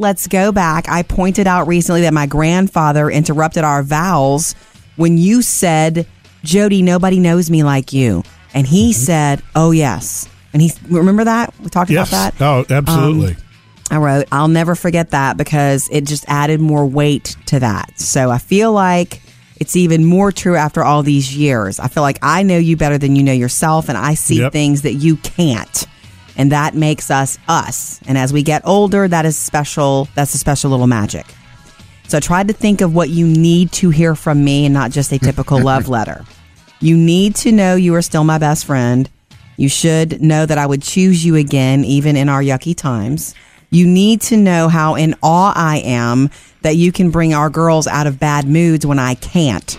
Speaker 3: let's go back. I pointed out recently that my grandfather interrupted our vows when you said, Jody, nobody knows me like you. And he
Speaker 1: Mm-hmm.
Speaker 3: said, Oh, yes. And he, remember that? We talked
Speaker 1: Yes.
Speaker 3: about that?
Speaker 1: Oh, absolutely.
Speaker 3: Um, I wrote, I'll never forget that because it just added more weight to that. So I feel like it's even more true after all these years. I feel like I know you better than you know yourself, and I see
Speaker 16: Yep.
Speaker 3: things that you can't. And that makes us us. And as we get older, that is special. That's a special little magic. So I tried to think of what you need to hear from me and not just a typical love letter. You need to know you are still my best friend. You should know that I would choose you again, even in our yucky times. You need to know how in awe I am that you can bring our girls out of bad moods when I can't,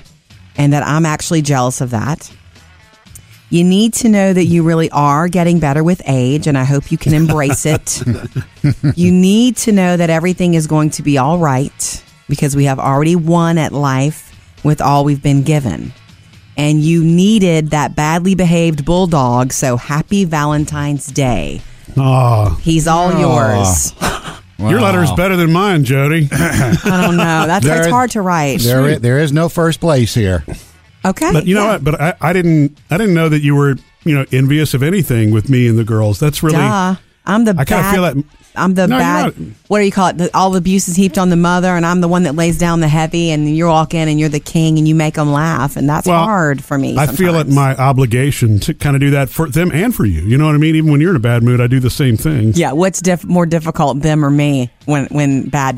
Speaker 3: and that I'm actually jealous of that. You need to know that you really are getting better with age, and I hope you can embrace it. you need to know that everything is going to be all right. because we have already won at life with all we've been given. And you needed that badly behaved bulldog, so happy Valentine's Day.
Speaker 1: Oh.
Speaker 3: He's all
Speaker 1: Aw.
Speaker 3: yours.
Speaker 1: Your letter's better than mine, Jody. I
Speaker 3: don't know. That's- it's hard to write.
Speaker 2: There, i- there is no first place here.
Speaker 3: Okay.
Speaker 1: But you know what? But I, I didn't. I didn't know that you were, you know, envious of anything with me and the girls. That's really.
Speaker 3: Duh. I'm the
Speaker 1: I kinda
Speaker 3: bad,
Speaker 1: feel that-
Speaker 3: I'm the
Speaker 1: No, you're
Speaker 3: bad.
Speaker 1: not.
Speaker 3: What do you call it? The, all the abuse is heaped on the mother, and I'm the one that lays down the heavy, and you walk in and you're the king, and you make them laugh, and that's hard for me.
Speaker 1: I feel it my obligation to kind of do that for them and for you. You know what I mean? Even when you're in a bad mood, I do the same thing.
Speaker 3: Yeah, what's diff- more difficult, them or me, when when bad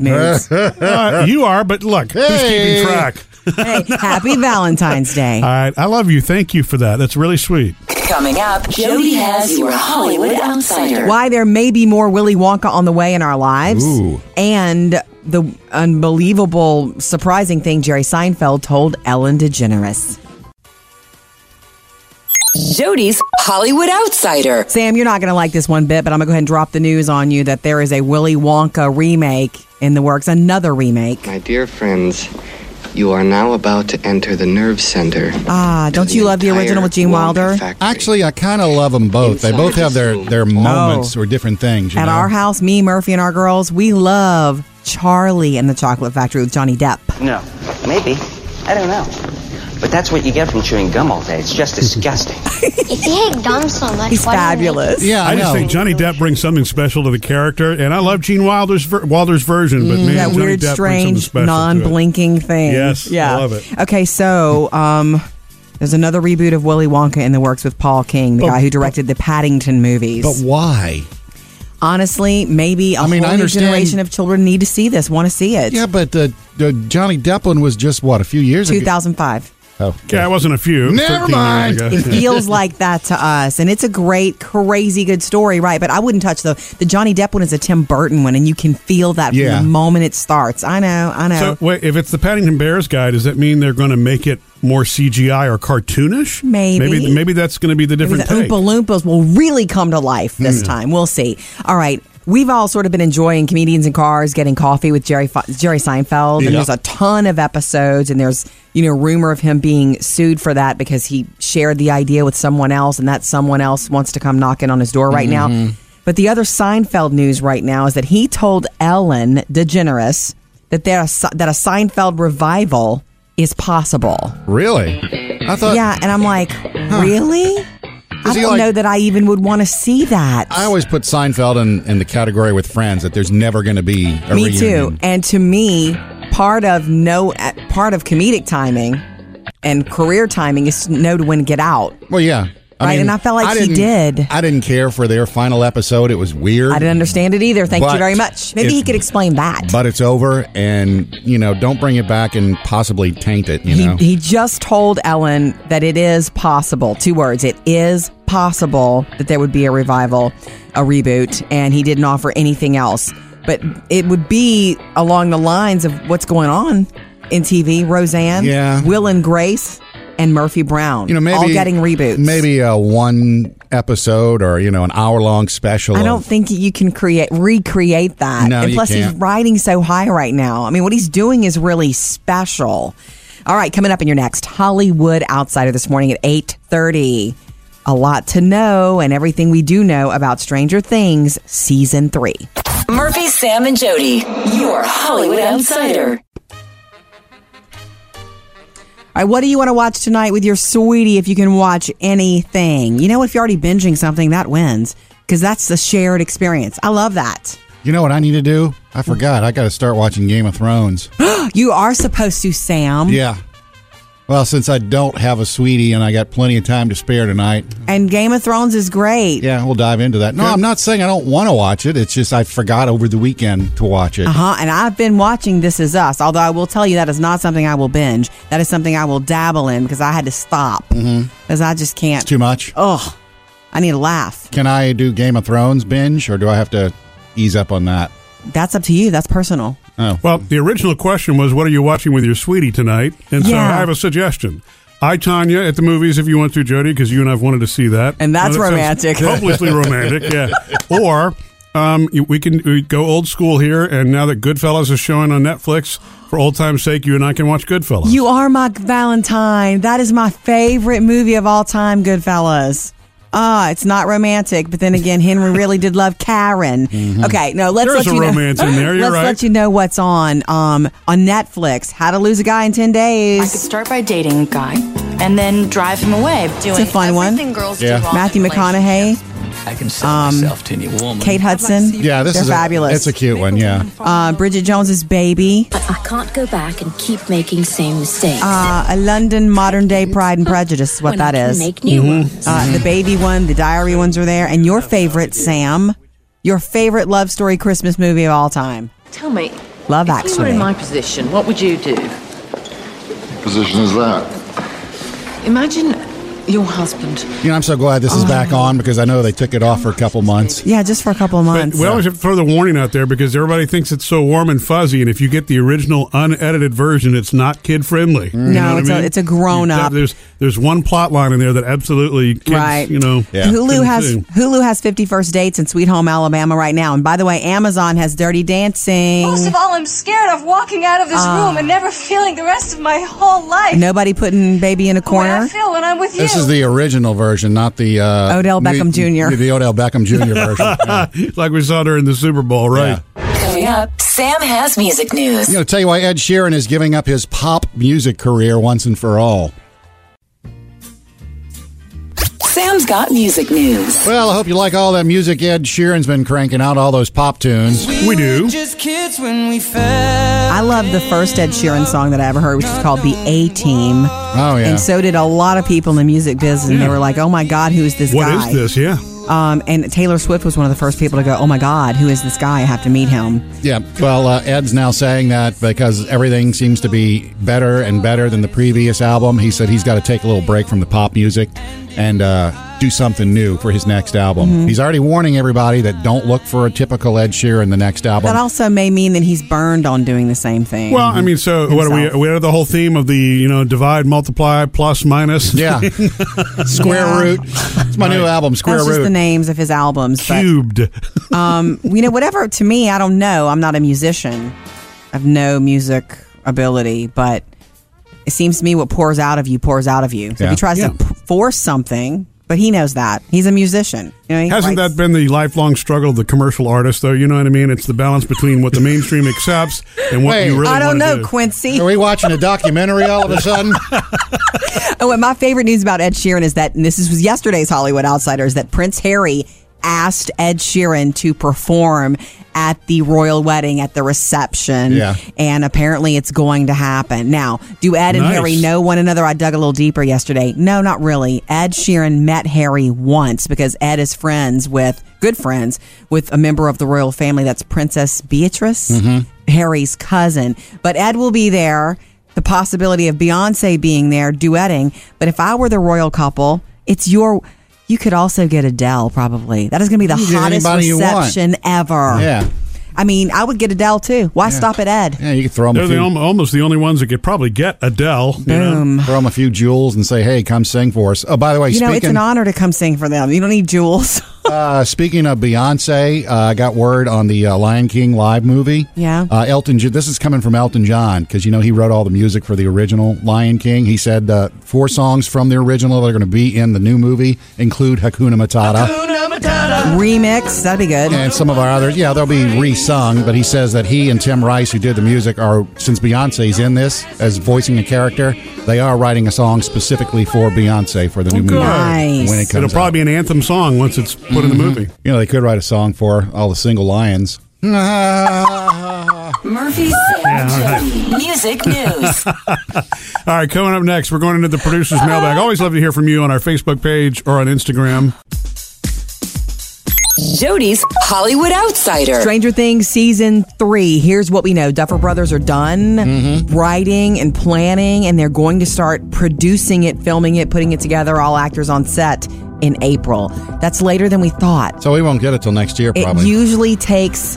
Speaker 3: moods?
Speaker 1: Uh, you are, but look, who's
Speaker 3: Hey.
Speaker 1: keeping track?
Speaker 3: hey, happy Valentine's Day.
Speaker 1: All right. I love you. Thank you for that. That's really sweet.
Speaker 5: Coming up, Jody has your Hollywood Outsider.
Speaker 3: Why there may be more Willy Wonka on the way in our lives,
Speaker 5: Ooh.
Speaker 3: and the unbelievable, surprising thing Jerry Seinfeld told Ellen DeGeneres.
Speaker 5: Jody's Hollywood Outsider.
Speaker 3: Sam, you're not going to like this one bit, but I'm going to go ahead and drop the news on you that there is a Willy Wonka remake in the works, another remake.
Speaker 6: My dear friends, you are now about to enter the nerve center.
Speaker 3: Ah, don't you love the original with Gene Wilder?
Speaker 2: Actually, I kind of love them both. They both have their, their moments
Speaker 3: Oh.
Speaker 2: or different things. You
Speaker 3: At
Speaker 2: know?
Speaker 3: our house, me, Murphy, and our girls, we love Charlie and the Chocolate Factory with Johnny Depp.
Speaker 7: No. Maybe. I don't know. But that's what you get from chewing gum all day. It's just disgusting.
Speaker 8: If you hate gum so much,
Speaker 3: He's
Speaker 8: why do you like
Speaker 3: fabulous.
Speaker 1: I, just think Johnny Depp brings something special to the character, and I love Gene Wilder's ver- Wilder's version, but
Speaker 3: Mm,
Speaker 1: man,
Speaker 3: that
Speaker 1: Johnny
Speaker 3: weird,
Speaker 1: Depp brings something
Speaker 3: strange,
Speaker 1: special to it.
Speaker 3: non-blinking thing.
Speaker 1: Yes, I
Speaker 3: yeah,
Speaker 1: love it.
Speaker 3: Okay, so um, there's another reboot of Willy Wonka in the works with Paul King, the
Speaker 2: But-
Speaker 3: guy who directed the Paddington movies.
Speaker 2: But why?
Speaker 3: Honestly, maybe a
Speaker 2: I mean,
Speaker 3: whole
Speaker 2: I
Speaker 3: new
Speaker 2: understand-
Speaker 3: generation of children need to see this, want to see it.
Speaker 2: Yeah, but uh, uh, Johnny Depp one was just, what, a few years ago?
Speaker 3: 2005.
Speaker 2: Oh.
Speaker 1: Yeah, it wasn't a few. It was
Speaker 2: Never
Speaker 1: 13 years
Speaker 2: mind.
Speaker 1: ago.
Speaker 3: It feels like that to us, and it's a great, crazy good story, right? But I wouldn't touch the the Johnny Depp one. Is a Tim Burton one, and you can feel that
Speaker 1: Yeah.
Speaker 3: from the moment it starts. I know, I know.
Speaker 1: So wait, if it's the Paddington Bears guy, does that mean they're going to make it more CGI or cartoonish?
Speaker 3: Maybe.
Speaker 1: maybe, maybe that's going to be the
Speaker 3: Maybe
Speaker 1: different
Speaker 3: the
Speaker 1: take.
Speaker 3: Oompa Loompas will really come to life this
Speaker 1: Hmm.
Speaker 3: time. We'll see. All right. We've all sort of been enjoying comedians in cars, getting coffee with Jerry Fe- Jerry Seinfeld,
Speaker 5: Yeah.
Speaker 3: and there's a ton of episodes, and there's you know rumor of him being sued for that because he shared the idea with someone else, and that someone else wants to come knocking on his door right
Speaker 5: Mhm.
Speaker 1: Mm-hmm.
Speaker 3: now. But the other Seinfeld news right now is that he told Ellen DeGeneres that there are, Se- that a Seinfeld revival is possible.
Speaker 2: Really? I thought.
Speaker 3: yeah, and I'm like, really? I
Speaker 2: he
Speaker 3: don't
Speaker 2: like-
Speaker 3: know that I even would want to see that.
Speaker 2: I always put Seinfeld in, in the category with friends that there's never going to be a
Speaker 3: me
Speaker 2: reunion.
Speaker 3: too. And to me, part of no, uh, part of comedic timing and career timing is to know to when to get out.
Speaker 2: Well, yeah.
Speaker 3: Right, and I felt like he
Speaker 2: didn't- I didn't care for their final episode. It was weird.
Speaker 3: I didn't understand it either. Thank
Speaker 2: But
Speaker 3: you very much. Maybe
Speaker 2: it-
Speaker 3: he could explain that.
Speaker 2: But it's over, and you know, don't bring it back and possibly taint it. You know,
Speaker 3: He, he just told Ellen that it is possible. Two words. It is possible that there would be a revival, a reboot, and he didn't offer anything else. But it would be along the lines of what's going on in TV Roseanne,
Speaker 2: Yeah.
Speaker 3: Will and Grace, and Murphy Brown.
Speaker 2: you know, maybe
Speaker 3: all getting reboots.
Speaker 2: Maybe a one episode or you know an hour long special.
Speaker 3: I
Speaker 2: of-
Speaker 3: don't think you can create recreate that.
Speaker 2: No,
Speaker 3: and
Speaker 2: you
Speaker 3: plus he's
Speaker 2: can't.
Speaker 3: riding so high right now. I mean, what he's doing is really special. All right, coming up in your next Hollywood Outsider this morning at 8:30. A lot to know and everything we do know about Stranger Things season 3.
Speaker 5: Murphy, Sam, and Jody, your Hollywood Outsider.
Speaker 3: All right, what do you want to watch tonight with your sweetie if you can watch anything? You know, if you're already binging something, that wins because that's the shared experience. I love that.
Speaker 2: You know what I need to do? I forgot. I got to start watching Game of Thrones.
Speaker 3: you are supposed to, Sam.
Speaker 2: yeah. Well, since I don't have a sweetie and I got plenty of time to spare tonight,
Speaker 3: And Game of Thrones is great.
Speaker 2: yeah, we'll dive into that. No, I'm not saying I don't want to watch it. It's just I forgot over the weekend to watch it.
Speaker 3: Uh huh. And I've been watching This Is Us, although I will tell you that is not something I will binge. That is something I will dabble in because I had to stop
Speaker 1: Mm-hmm.
Speaker 2: Mhm.
Speaker 3: because I just can't.
Speaker 2: It's too much.
Speaker 3: Ugh. I need a laugh.
Speaker 2: Can I do Game of Thrones binge, or do I have to ease up on that?
Speaker 3: That's up to you. That's personal.
Speaker 2: Oh.
Speaker 1: Well, the original question was, what are you watching with your sweetie tonight? And so
Speaker 3: Yeah.
Speaker 1: I have a suggestion. I, Tanya, at the movies if you want to, Jody, because you and I've wanted to see that.
Speaker 3: And that's
Speaker 1: that sounds
Speaker 3: romantic.
Speaker 1: Hopelessly romantic, yeah. Or Um, you- we can we go old school here, and now that Goodfellas is showing on Netflix, for old time's sake, you and I can watch Goodfellas.
Speaker 3: You are my Valentine. That is my favorite movie of all time, Goodfellas. Ah, it's not romantic, but then again, Henry really did love Karen.
Speaker 1: Mhm.
Speaker 3: Okay, no, let's
Speaker 1: There's
Speaker 3: let
Speaker 1: a
Speaker 3: you
Speaker 1: romance
Speaker 3: know.
Speaker 1: in there, you're
Speaker 3: let's
Speaker 1: right.
Speaker 3: let you know what's on um on Netflix. How to Lose a Guy in Ten Days. I could
Speaker 16: start by dating a guy and then drive him away.
Speaker 3: It's a fun one.
Speaker 16: girls do
Speaker 3: yeah.
Speaker 16: Yeah. wrong
Speaker 3: Matthew
Speaker 16: in
Speaker 3: McConaughey,
Speaker 15: I can sell
Speaker 3: Um,
Speaker 15: myself to any woman.
Speaker 3: Kate Hudson.
Speaker 2: Yeah, this
Speaker 3: They're
Speaker 2: is a-
Speaker 3: fabulous.
Speaker 2: It's a cute one. Yeah.
Speaker 3: uh, Bridget Jones's baby. But
Speaker 16: I can't go back and keep making same mistakes.
Speaker 3: Uh, a London modern day Pride and Prejudice is what
Speaker 16: When
Speaker 3: that
Speaker 16: I can
Speaker 3: is.
Speaker 16: make
Speaker 2: Mm-hmm.
Speaker 16: new Mhm. ones.
Speaker 3: Uh, the baby one, the diary ones are there, and your favorite, Sam, your favorite love story Christmas movie of all time,
Speaker 17: Tell me,
Speaker 3: Love
Speaker 17: if you were in
Speaker 3: Actually.
Speaker 17: my position, what would you do?
Speaker 9: position is that?
Speaker 17: Imagine your husband.
Speaker 2: You know, I'm so glad this is back
Speaker 3: Oh.
Speaker 2: on because I know they took it off for a couple months.
Speaker 3: Yeah, just for a couple of
Speaker 2: months.
Speaker 1: We always have to throw the warning out there because everybody thinks it's so warm and fuzzy, and if you get the original unedited version, it's not kid friendly.
Speaker 3: Mm. No, it's a- it's a grown-up.
Speaker 1: There's there's one plot line in there that absolutely kids,
Speaker 3: right?
Speaker 1: You know,
Speaker 3: Hulu
Speaker 1: couldn't
Speaker 3: has
Speaker 1: do.
Speaker 3: Hulu has Fifty First Dates and Sweet Home Alabama right now. And by the way, Amazon has Dirty Dancing.
Speaker 18: Most of all, I'm scared of walking out of this
Speaker 3: Ah.
Speaker 18: room and never feeling the rest of my whole life.
Speaker 3: Nobody putting baby in a
Speaker 18: the way I
Speaker 3: corner.
Speaker 18: feel when I'm with you.
Speaker 2: This is the original version, not the uh,
Speaker 3: Odell Beckham
Speaker 2: the-
Speaker 3: Jr..
Speaker 2: The Odell Beckham Jr. version.
Speaker 1: like we saw during the Super Bowl, right?
Speaker 5: Coming up, Sam has music news.
Speaker 2: You know, tell you why Ed Sheeran is giving up his pop music career once and for all.
Speaker 5: Sam's got music news.
Speaker 2: Well, I hope you like all that music Ed Sheeran's been cranking out, all those pop tunes. We do.
Speaker 11: Just kids when we fell.
Speaker 3: I love the first Ed Sheeran song that I ever heard, which is called The A Team.
Speaker 2: Oh,
Speaker 3: And so did a lot of people in the music business. And they
Speaker 1: Yeah.
Speaker 3: were like, oh my God, who is this
Speaker 1: What
Speaker 3: guy?
Speaker 1: is this? Yeah.
Speaker 3: Um, and Taylor Swift was one of the first people to go, oh my God, who is this guy? I have to meet him.
Speaker 2: Yeah, well, uh, Ed's now saying that because everything seems to be better and better than the previous album. He said he's got to take a little break from the pop music and uh, do something new for his next album.
Speaker 3: Mhm.
Speaker 2: He's already warning everybody that don't look for a typical Ed Sheeran the next album.
Speaker 3: That also may mean that he's burned on doing the same thing.
Speaker 1: Well, I mean, so what are we?
Speaker 3: Mm-hmm. Himself.
Speaker 1: We have the whole theme of the you know divide, multiply, plus, minus.
Speaker 2: Yeah. Square
Speaker 3: Yeah.
Speaker 2: root. It's my new album, Square
Speaker 3: That's just
Speaker 2: Root.
Speaker 3: the names of his albums. but-
Speaker 1: Cubed.
Speaker 3: um, you know, whatever. To me, I don't know. I'm not a musician. I have no music ability, but it seems to me what pours out of you pours out of you. So if
Speaker 1: Yeah.
Speaker 3: he tries
Speaker 1: Yeah.
Speaker 3: to p- force something, but he knows that he's a musician. You know, he
Speaker 1: Hasn't
Speaker 3: writes-
Speaker 1: that been the lifelong struggle of the commercial artist, though? You know what I mean? It's the balance between what the mainstream accepts and what you really
Speaker 3: I
Speaker 1: wanna
Speaker 3: don't know,
Speaker 1: do.
Speaker 3: Quincy.
Speaker 2: Are we watching a documentary all of a sudden?
Speaker 3: oh, and my favorite news about Ed Sheeran is that, and this was yesterday's Hollywood Outsiders, that Prince Harry asked Ed Sheeran to perform at the royal wedding at the reception.
Speaker 19: Yeah.
Speaker 3: And apparently it's going to happen. Now, do Ed and
Speaker 19: Nice.
Speaker 3: Harry know one another? I dug a little deeper yesterday. No, not really. Ed Sheeran met Harry once because Ed is friends with, good friends, with a member of the royal family that's Princess Beatrice.
Speaker 2: Mm-hmm.
Speaker 19: Mhm.
Speaker 3: Harry's cousin. But Ed will be there. The possibility of Beyonce being there duetting. But if I were the royal couple, it's your. You could also get Adele, probably. That is going to be the
Speaker 2: You can get
Speaker 3: hottest
Speaker 2: anybody you want.
Speaker 3: reception ever.
Speaker 2: Yeah.
Speaker 3: I mean, I would get Adele too. Why stop at Ed?
Speaker 2: Yeah, you could throw him
Speaker 1: They're
Speaker 2: a
Speaker 1: the,
Speaker 2: few,
Speaker 1: al- almost the only ones that could probably get Adele. you know?
Speaker 2: throw him a few jewels and say, hey, come sing for us. Oh, by the way,
Speaker 3: you know,
Speaker 2: speaking
Speaker 3: it's an honor to come sing for them. You don't need jewels.
Speaker 2: Uh, speaking of Beyonce, uh, I got word on the uh, Lion King live movie.
Speaker 3: Yeah.
Speaker 2: Uh, Elton. Jo- This is coming from Elton John because you know he wrote all the music for the original Lion King. He said uh, four songs from the original that are going to be in the new movie include Hakuna Matata
Speaker 3: remix. That'd be good.
Speaker 2: and some of our others. Yeah, they'll be re-sung. But he says that he and Tim Rice, who did the music, are since Beyonce's in this as voicing a character, they are writing a song specifically for Beyonce for the new movie when it comes.
Speaker 1: It'll
Speaker 2: out.
Speaker 1: probably be an anthem song once it's put
Speaker 3: Mm-hmm.
Speaker 1: in the movie.
Speaker 2: You know, they could write a song for all the single lions.
Speaker 5: Murphy, Sam, Jody. Music news.
Speaker 1: All right, coming up next, we're going into the producer's mailbag. Always love to hear from you on our Facebook page or on Instagram.
Speaker 5: Jody's Hollywood Outsider.
Speaker 3: Stranger Things season three. Here's what we know: Duffer Brothers are done
Speaker 2: Mm-hmm.
Speaker 3: writing and planning, and they're going to start producing it, filming it, putting it together. All actors on set in April. That's later than we thought.
Speaker 2: So we won't get it till next year,
Speaker 3: It
Speaker 2: probably.
Speaker 3: usually takes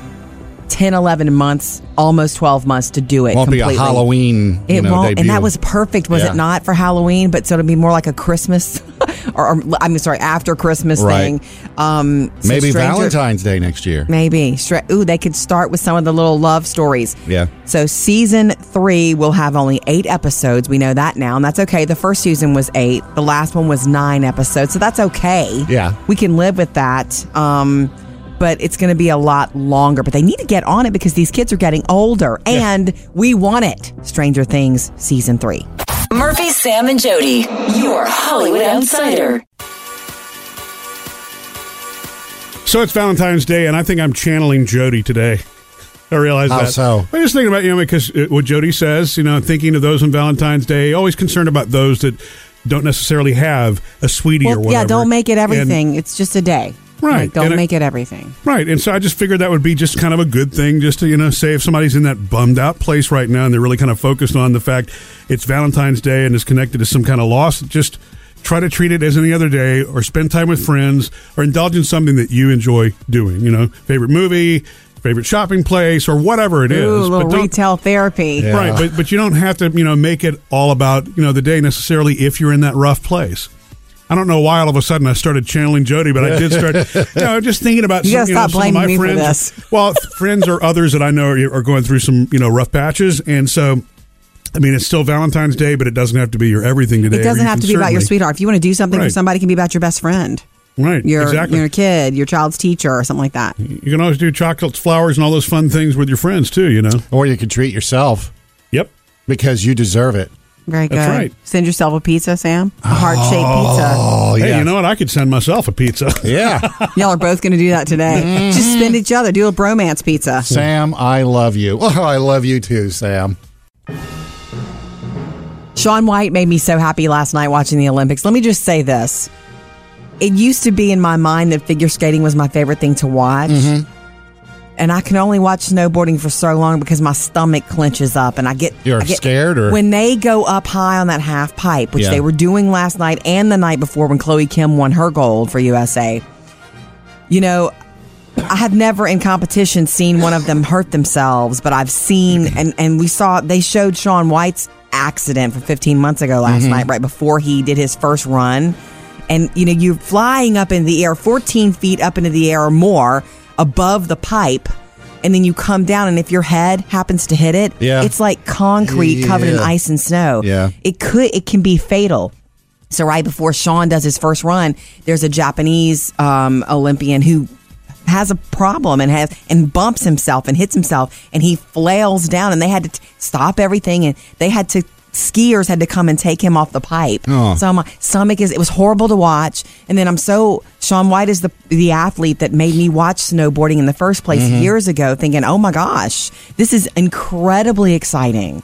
Speaker 3: 10, 11 months, almost 12 months to do it.
Speaker 2: won't
Speaker 3: completely.
Speaker 2: be a Halloween.
Speaker 3: It
Speaker 2: you know,
Speaker 3: won't.
Speaker 2: debut.
Speaker 3: And that was perfect, was
Speaker 2: Yeah.
Speaker 3: it not, for Halloween? But so it'll be more like a Christmas or, or I'm sorry, after Christmas
Speaker 2: Right.
Speaker 3: thing. Um, so
Speaker 2: Maybe
Speaker 3: stranger-
Speaker 2: Valentine's Day next year.
Speaker 3: Maybe. Stra- Ooh, they could start with some of the little love stories.
Speaker 2: Yeah.
Speaker 3: So season three will have only eight episodes. We know that now, and that's okay. The first season was eight. The last one was nine episodes, so that's okay.
Speaker 2: Yeah.
Speaker 3: we can live with that. Um, but it's going to be a lot longer. But they need to get on it because these kids are getting older, and we want it. Stranger Things season three.
Speaker 5: Murphy, Sam, and Jody, your Hollywood outsider.
Speaker 1: So it's Valentine's Day, and I think I'm channeling Jody today. I realize
Speaker 2: How
Speaker 1: that.
Speaker 2: so?
Speaker 1: I'm just thinking about you know because uh, what Jody says, you know, thinking of those on Valentine's Day, always concerned about those that don't necessarily have a sweetie or
Speaker 3: Well,
Speaker 1: whatever.
Speaker 3: yeah, don't make it
Speaker 1: And-
Speaker 3: everything. it's just a day.
Speaker 1: Right.
Speaker 3: Like, don't
Speaker 1: And I-
Speaker 3: make it everything.
Speaker 1: Right. And so I just figured that would be just kind of a good thing just to, you know, say if somebody's in that bummed out place right now and they're really kind of focused on the fact it's Valentine's Day and is connected to some kind of loss, just try to treat it as any other day or spend time with friends or indulge in something that you enjoy doing, you know, favorite movie, favorite shopping place or whatever it is.
Speaker 3: Ooh, a little
Speaker 1: But don't-
Speaker 3: retail therapy.
Speaker 1: Right, but but you don't have to, you know, make it all about, you know, the day necessarily if you're in that rough place. I don't know why all of a sudden I started channeling Jody, but I did start, you know, just thinking about
Speaker 3: You
Speaker 1: some,
Speaker 3: gotta
Speaker 1: know,
Speaker 3: stop
Speaker 1: some of my
Speaker 3: blaming me for
Speaker 1: friends.
Speaker 3: this.
Speaker 1: Well, friends or others that I know are, are going through some, you know, rough patches, and so. I mean, it's still Valentine's Day, but it doesn't have to be your everything today.
Speaker 3: It
Speaker 1: or
Speaker 3: doesn't
Speaker 1: you
Speaker 3: have
Speaker 1: can
Speaker 3: to be about your
Speaker 1: certainly-
Speaker 3: sweetheart. If you want to do something for
Speaker 1: Right.
Speaker 3: somebody, it can be about your best friend,
Speaker 1: Right,
Speaker 3: your
Speaker 1: exactly.
Speaker 3: your kid, your child's teacher, or something like that.
Speaker 1: You can always do chocolates, flowers, and all those fun things with your friends too. You know,
Speaker 2: or you could treat yourself.
Speaker 1: Yep,
Speaker 2: because you deserve it.
Speaker 3: Very good.
Speaker 1: That's right.
Speaker 3: Send yourself a pizza, Sam. A heart shaped
Speaker 2: Oh,
Speaker 1: hey,
Speaker 2: yeah.
Speaker 1: you know what? I could send myself a pizza.
Speaker 2: Yeah,
Speaker 3: pizza. Y'all are both going to do that today.
Speaker 1: Mm-hmm.
Speaker 3: Just spend each other. Do a bromance pizza.
Speaker 2: Sam, I love you. Oh, I love you too, Sam.
Speaker 3: Sean White made me so happy last night watching the Olympics. Let me just say this. It used to be in my mind that figure skating was my favorite thing to watch.
Speaker 2: Mm-hmm.
Speaker 3: And I can only watch snowboarding for so long because my stomach clenches up and I get
Speaker 2: You're
Speaker 3: I get-
Speaker 2: scared or-
Speaker 3: when they go up high on that half pipe, which
Speaker 2: Yeah.
Speaker 3: they were doing last night and the night before when Chloe Kim won her gold for USA. You know, I have never in competition seen one of them hurt themselves, but I've seen and and we saw they showed Sean White's accident from 15 months ago last
Speaker 15: Mhm.
Speaker 3: night, right before he did his first run. And you know, you're flying up in the air, 14 feet up into the air or more above the pipe, and then you come down, and if your head happens to hit it,
Speaker 15: Yeah.
Speaker 3: it's like concrete covered in
Speaker 15: Yeah.
Speaker 3: ice and snow.
Speaker 15: Yeah.
Speaker 3: It could it can be fatal. So right before Sean does his first run, there's a Japanese um, Olympian who has a problem and has and bumps himself and hits himself and he flails down and they had to t- stop everything and they had to skiers had to come and take him off the pipe.
Speaker 15: Oh.
Speaker 3: So my stomach is it was horrible to watch and then I'm so Sean White is the the athlete that made me watch snowboarding in the first place
Speaker 15: Mhm.
Speaker 3: years ago thinking, "Oh my gosh, this is incredibly exciting."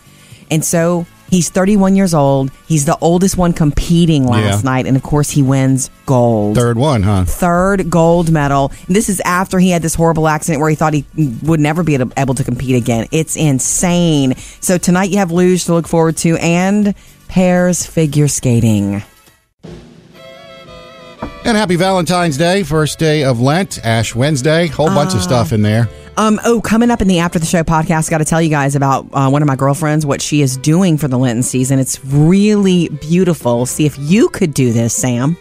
Speaker 3: And so he's 31 years old. He's the oldest one competing last
Speaker 2: Yeah.
Speaker 3: night. And of course, he wins gold.
Speaker 2: Third one, huh?
Speaker 3: Third gold medal. And this is after he had this horrible accident where he thought he would never be able to compete again. It's insane. So tonight you have luge to look forward to and pairs figure skating.
Speaker 2: And happy Valentine's Day, first day of Lent, Ash Wednesday, whole bunch
Speaker 3: Ah.
Speaker 2: of stuff in there.
Speaker 3: Um, oh, coming up in the after the show podcast, got to tell you guys about uh, one of my girlfriends, what she is doing for the Lenten season. It's really beautiful. See if you could do this, Sam.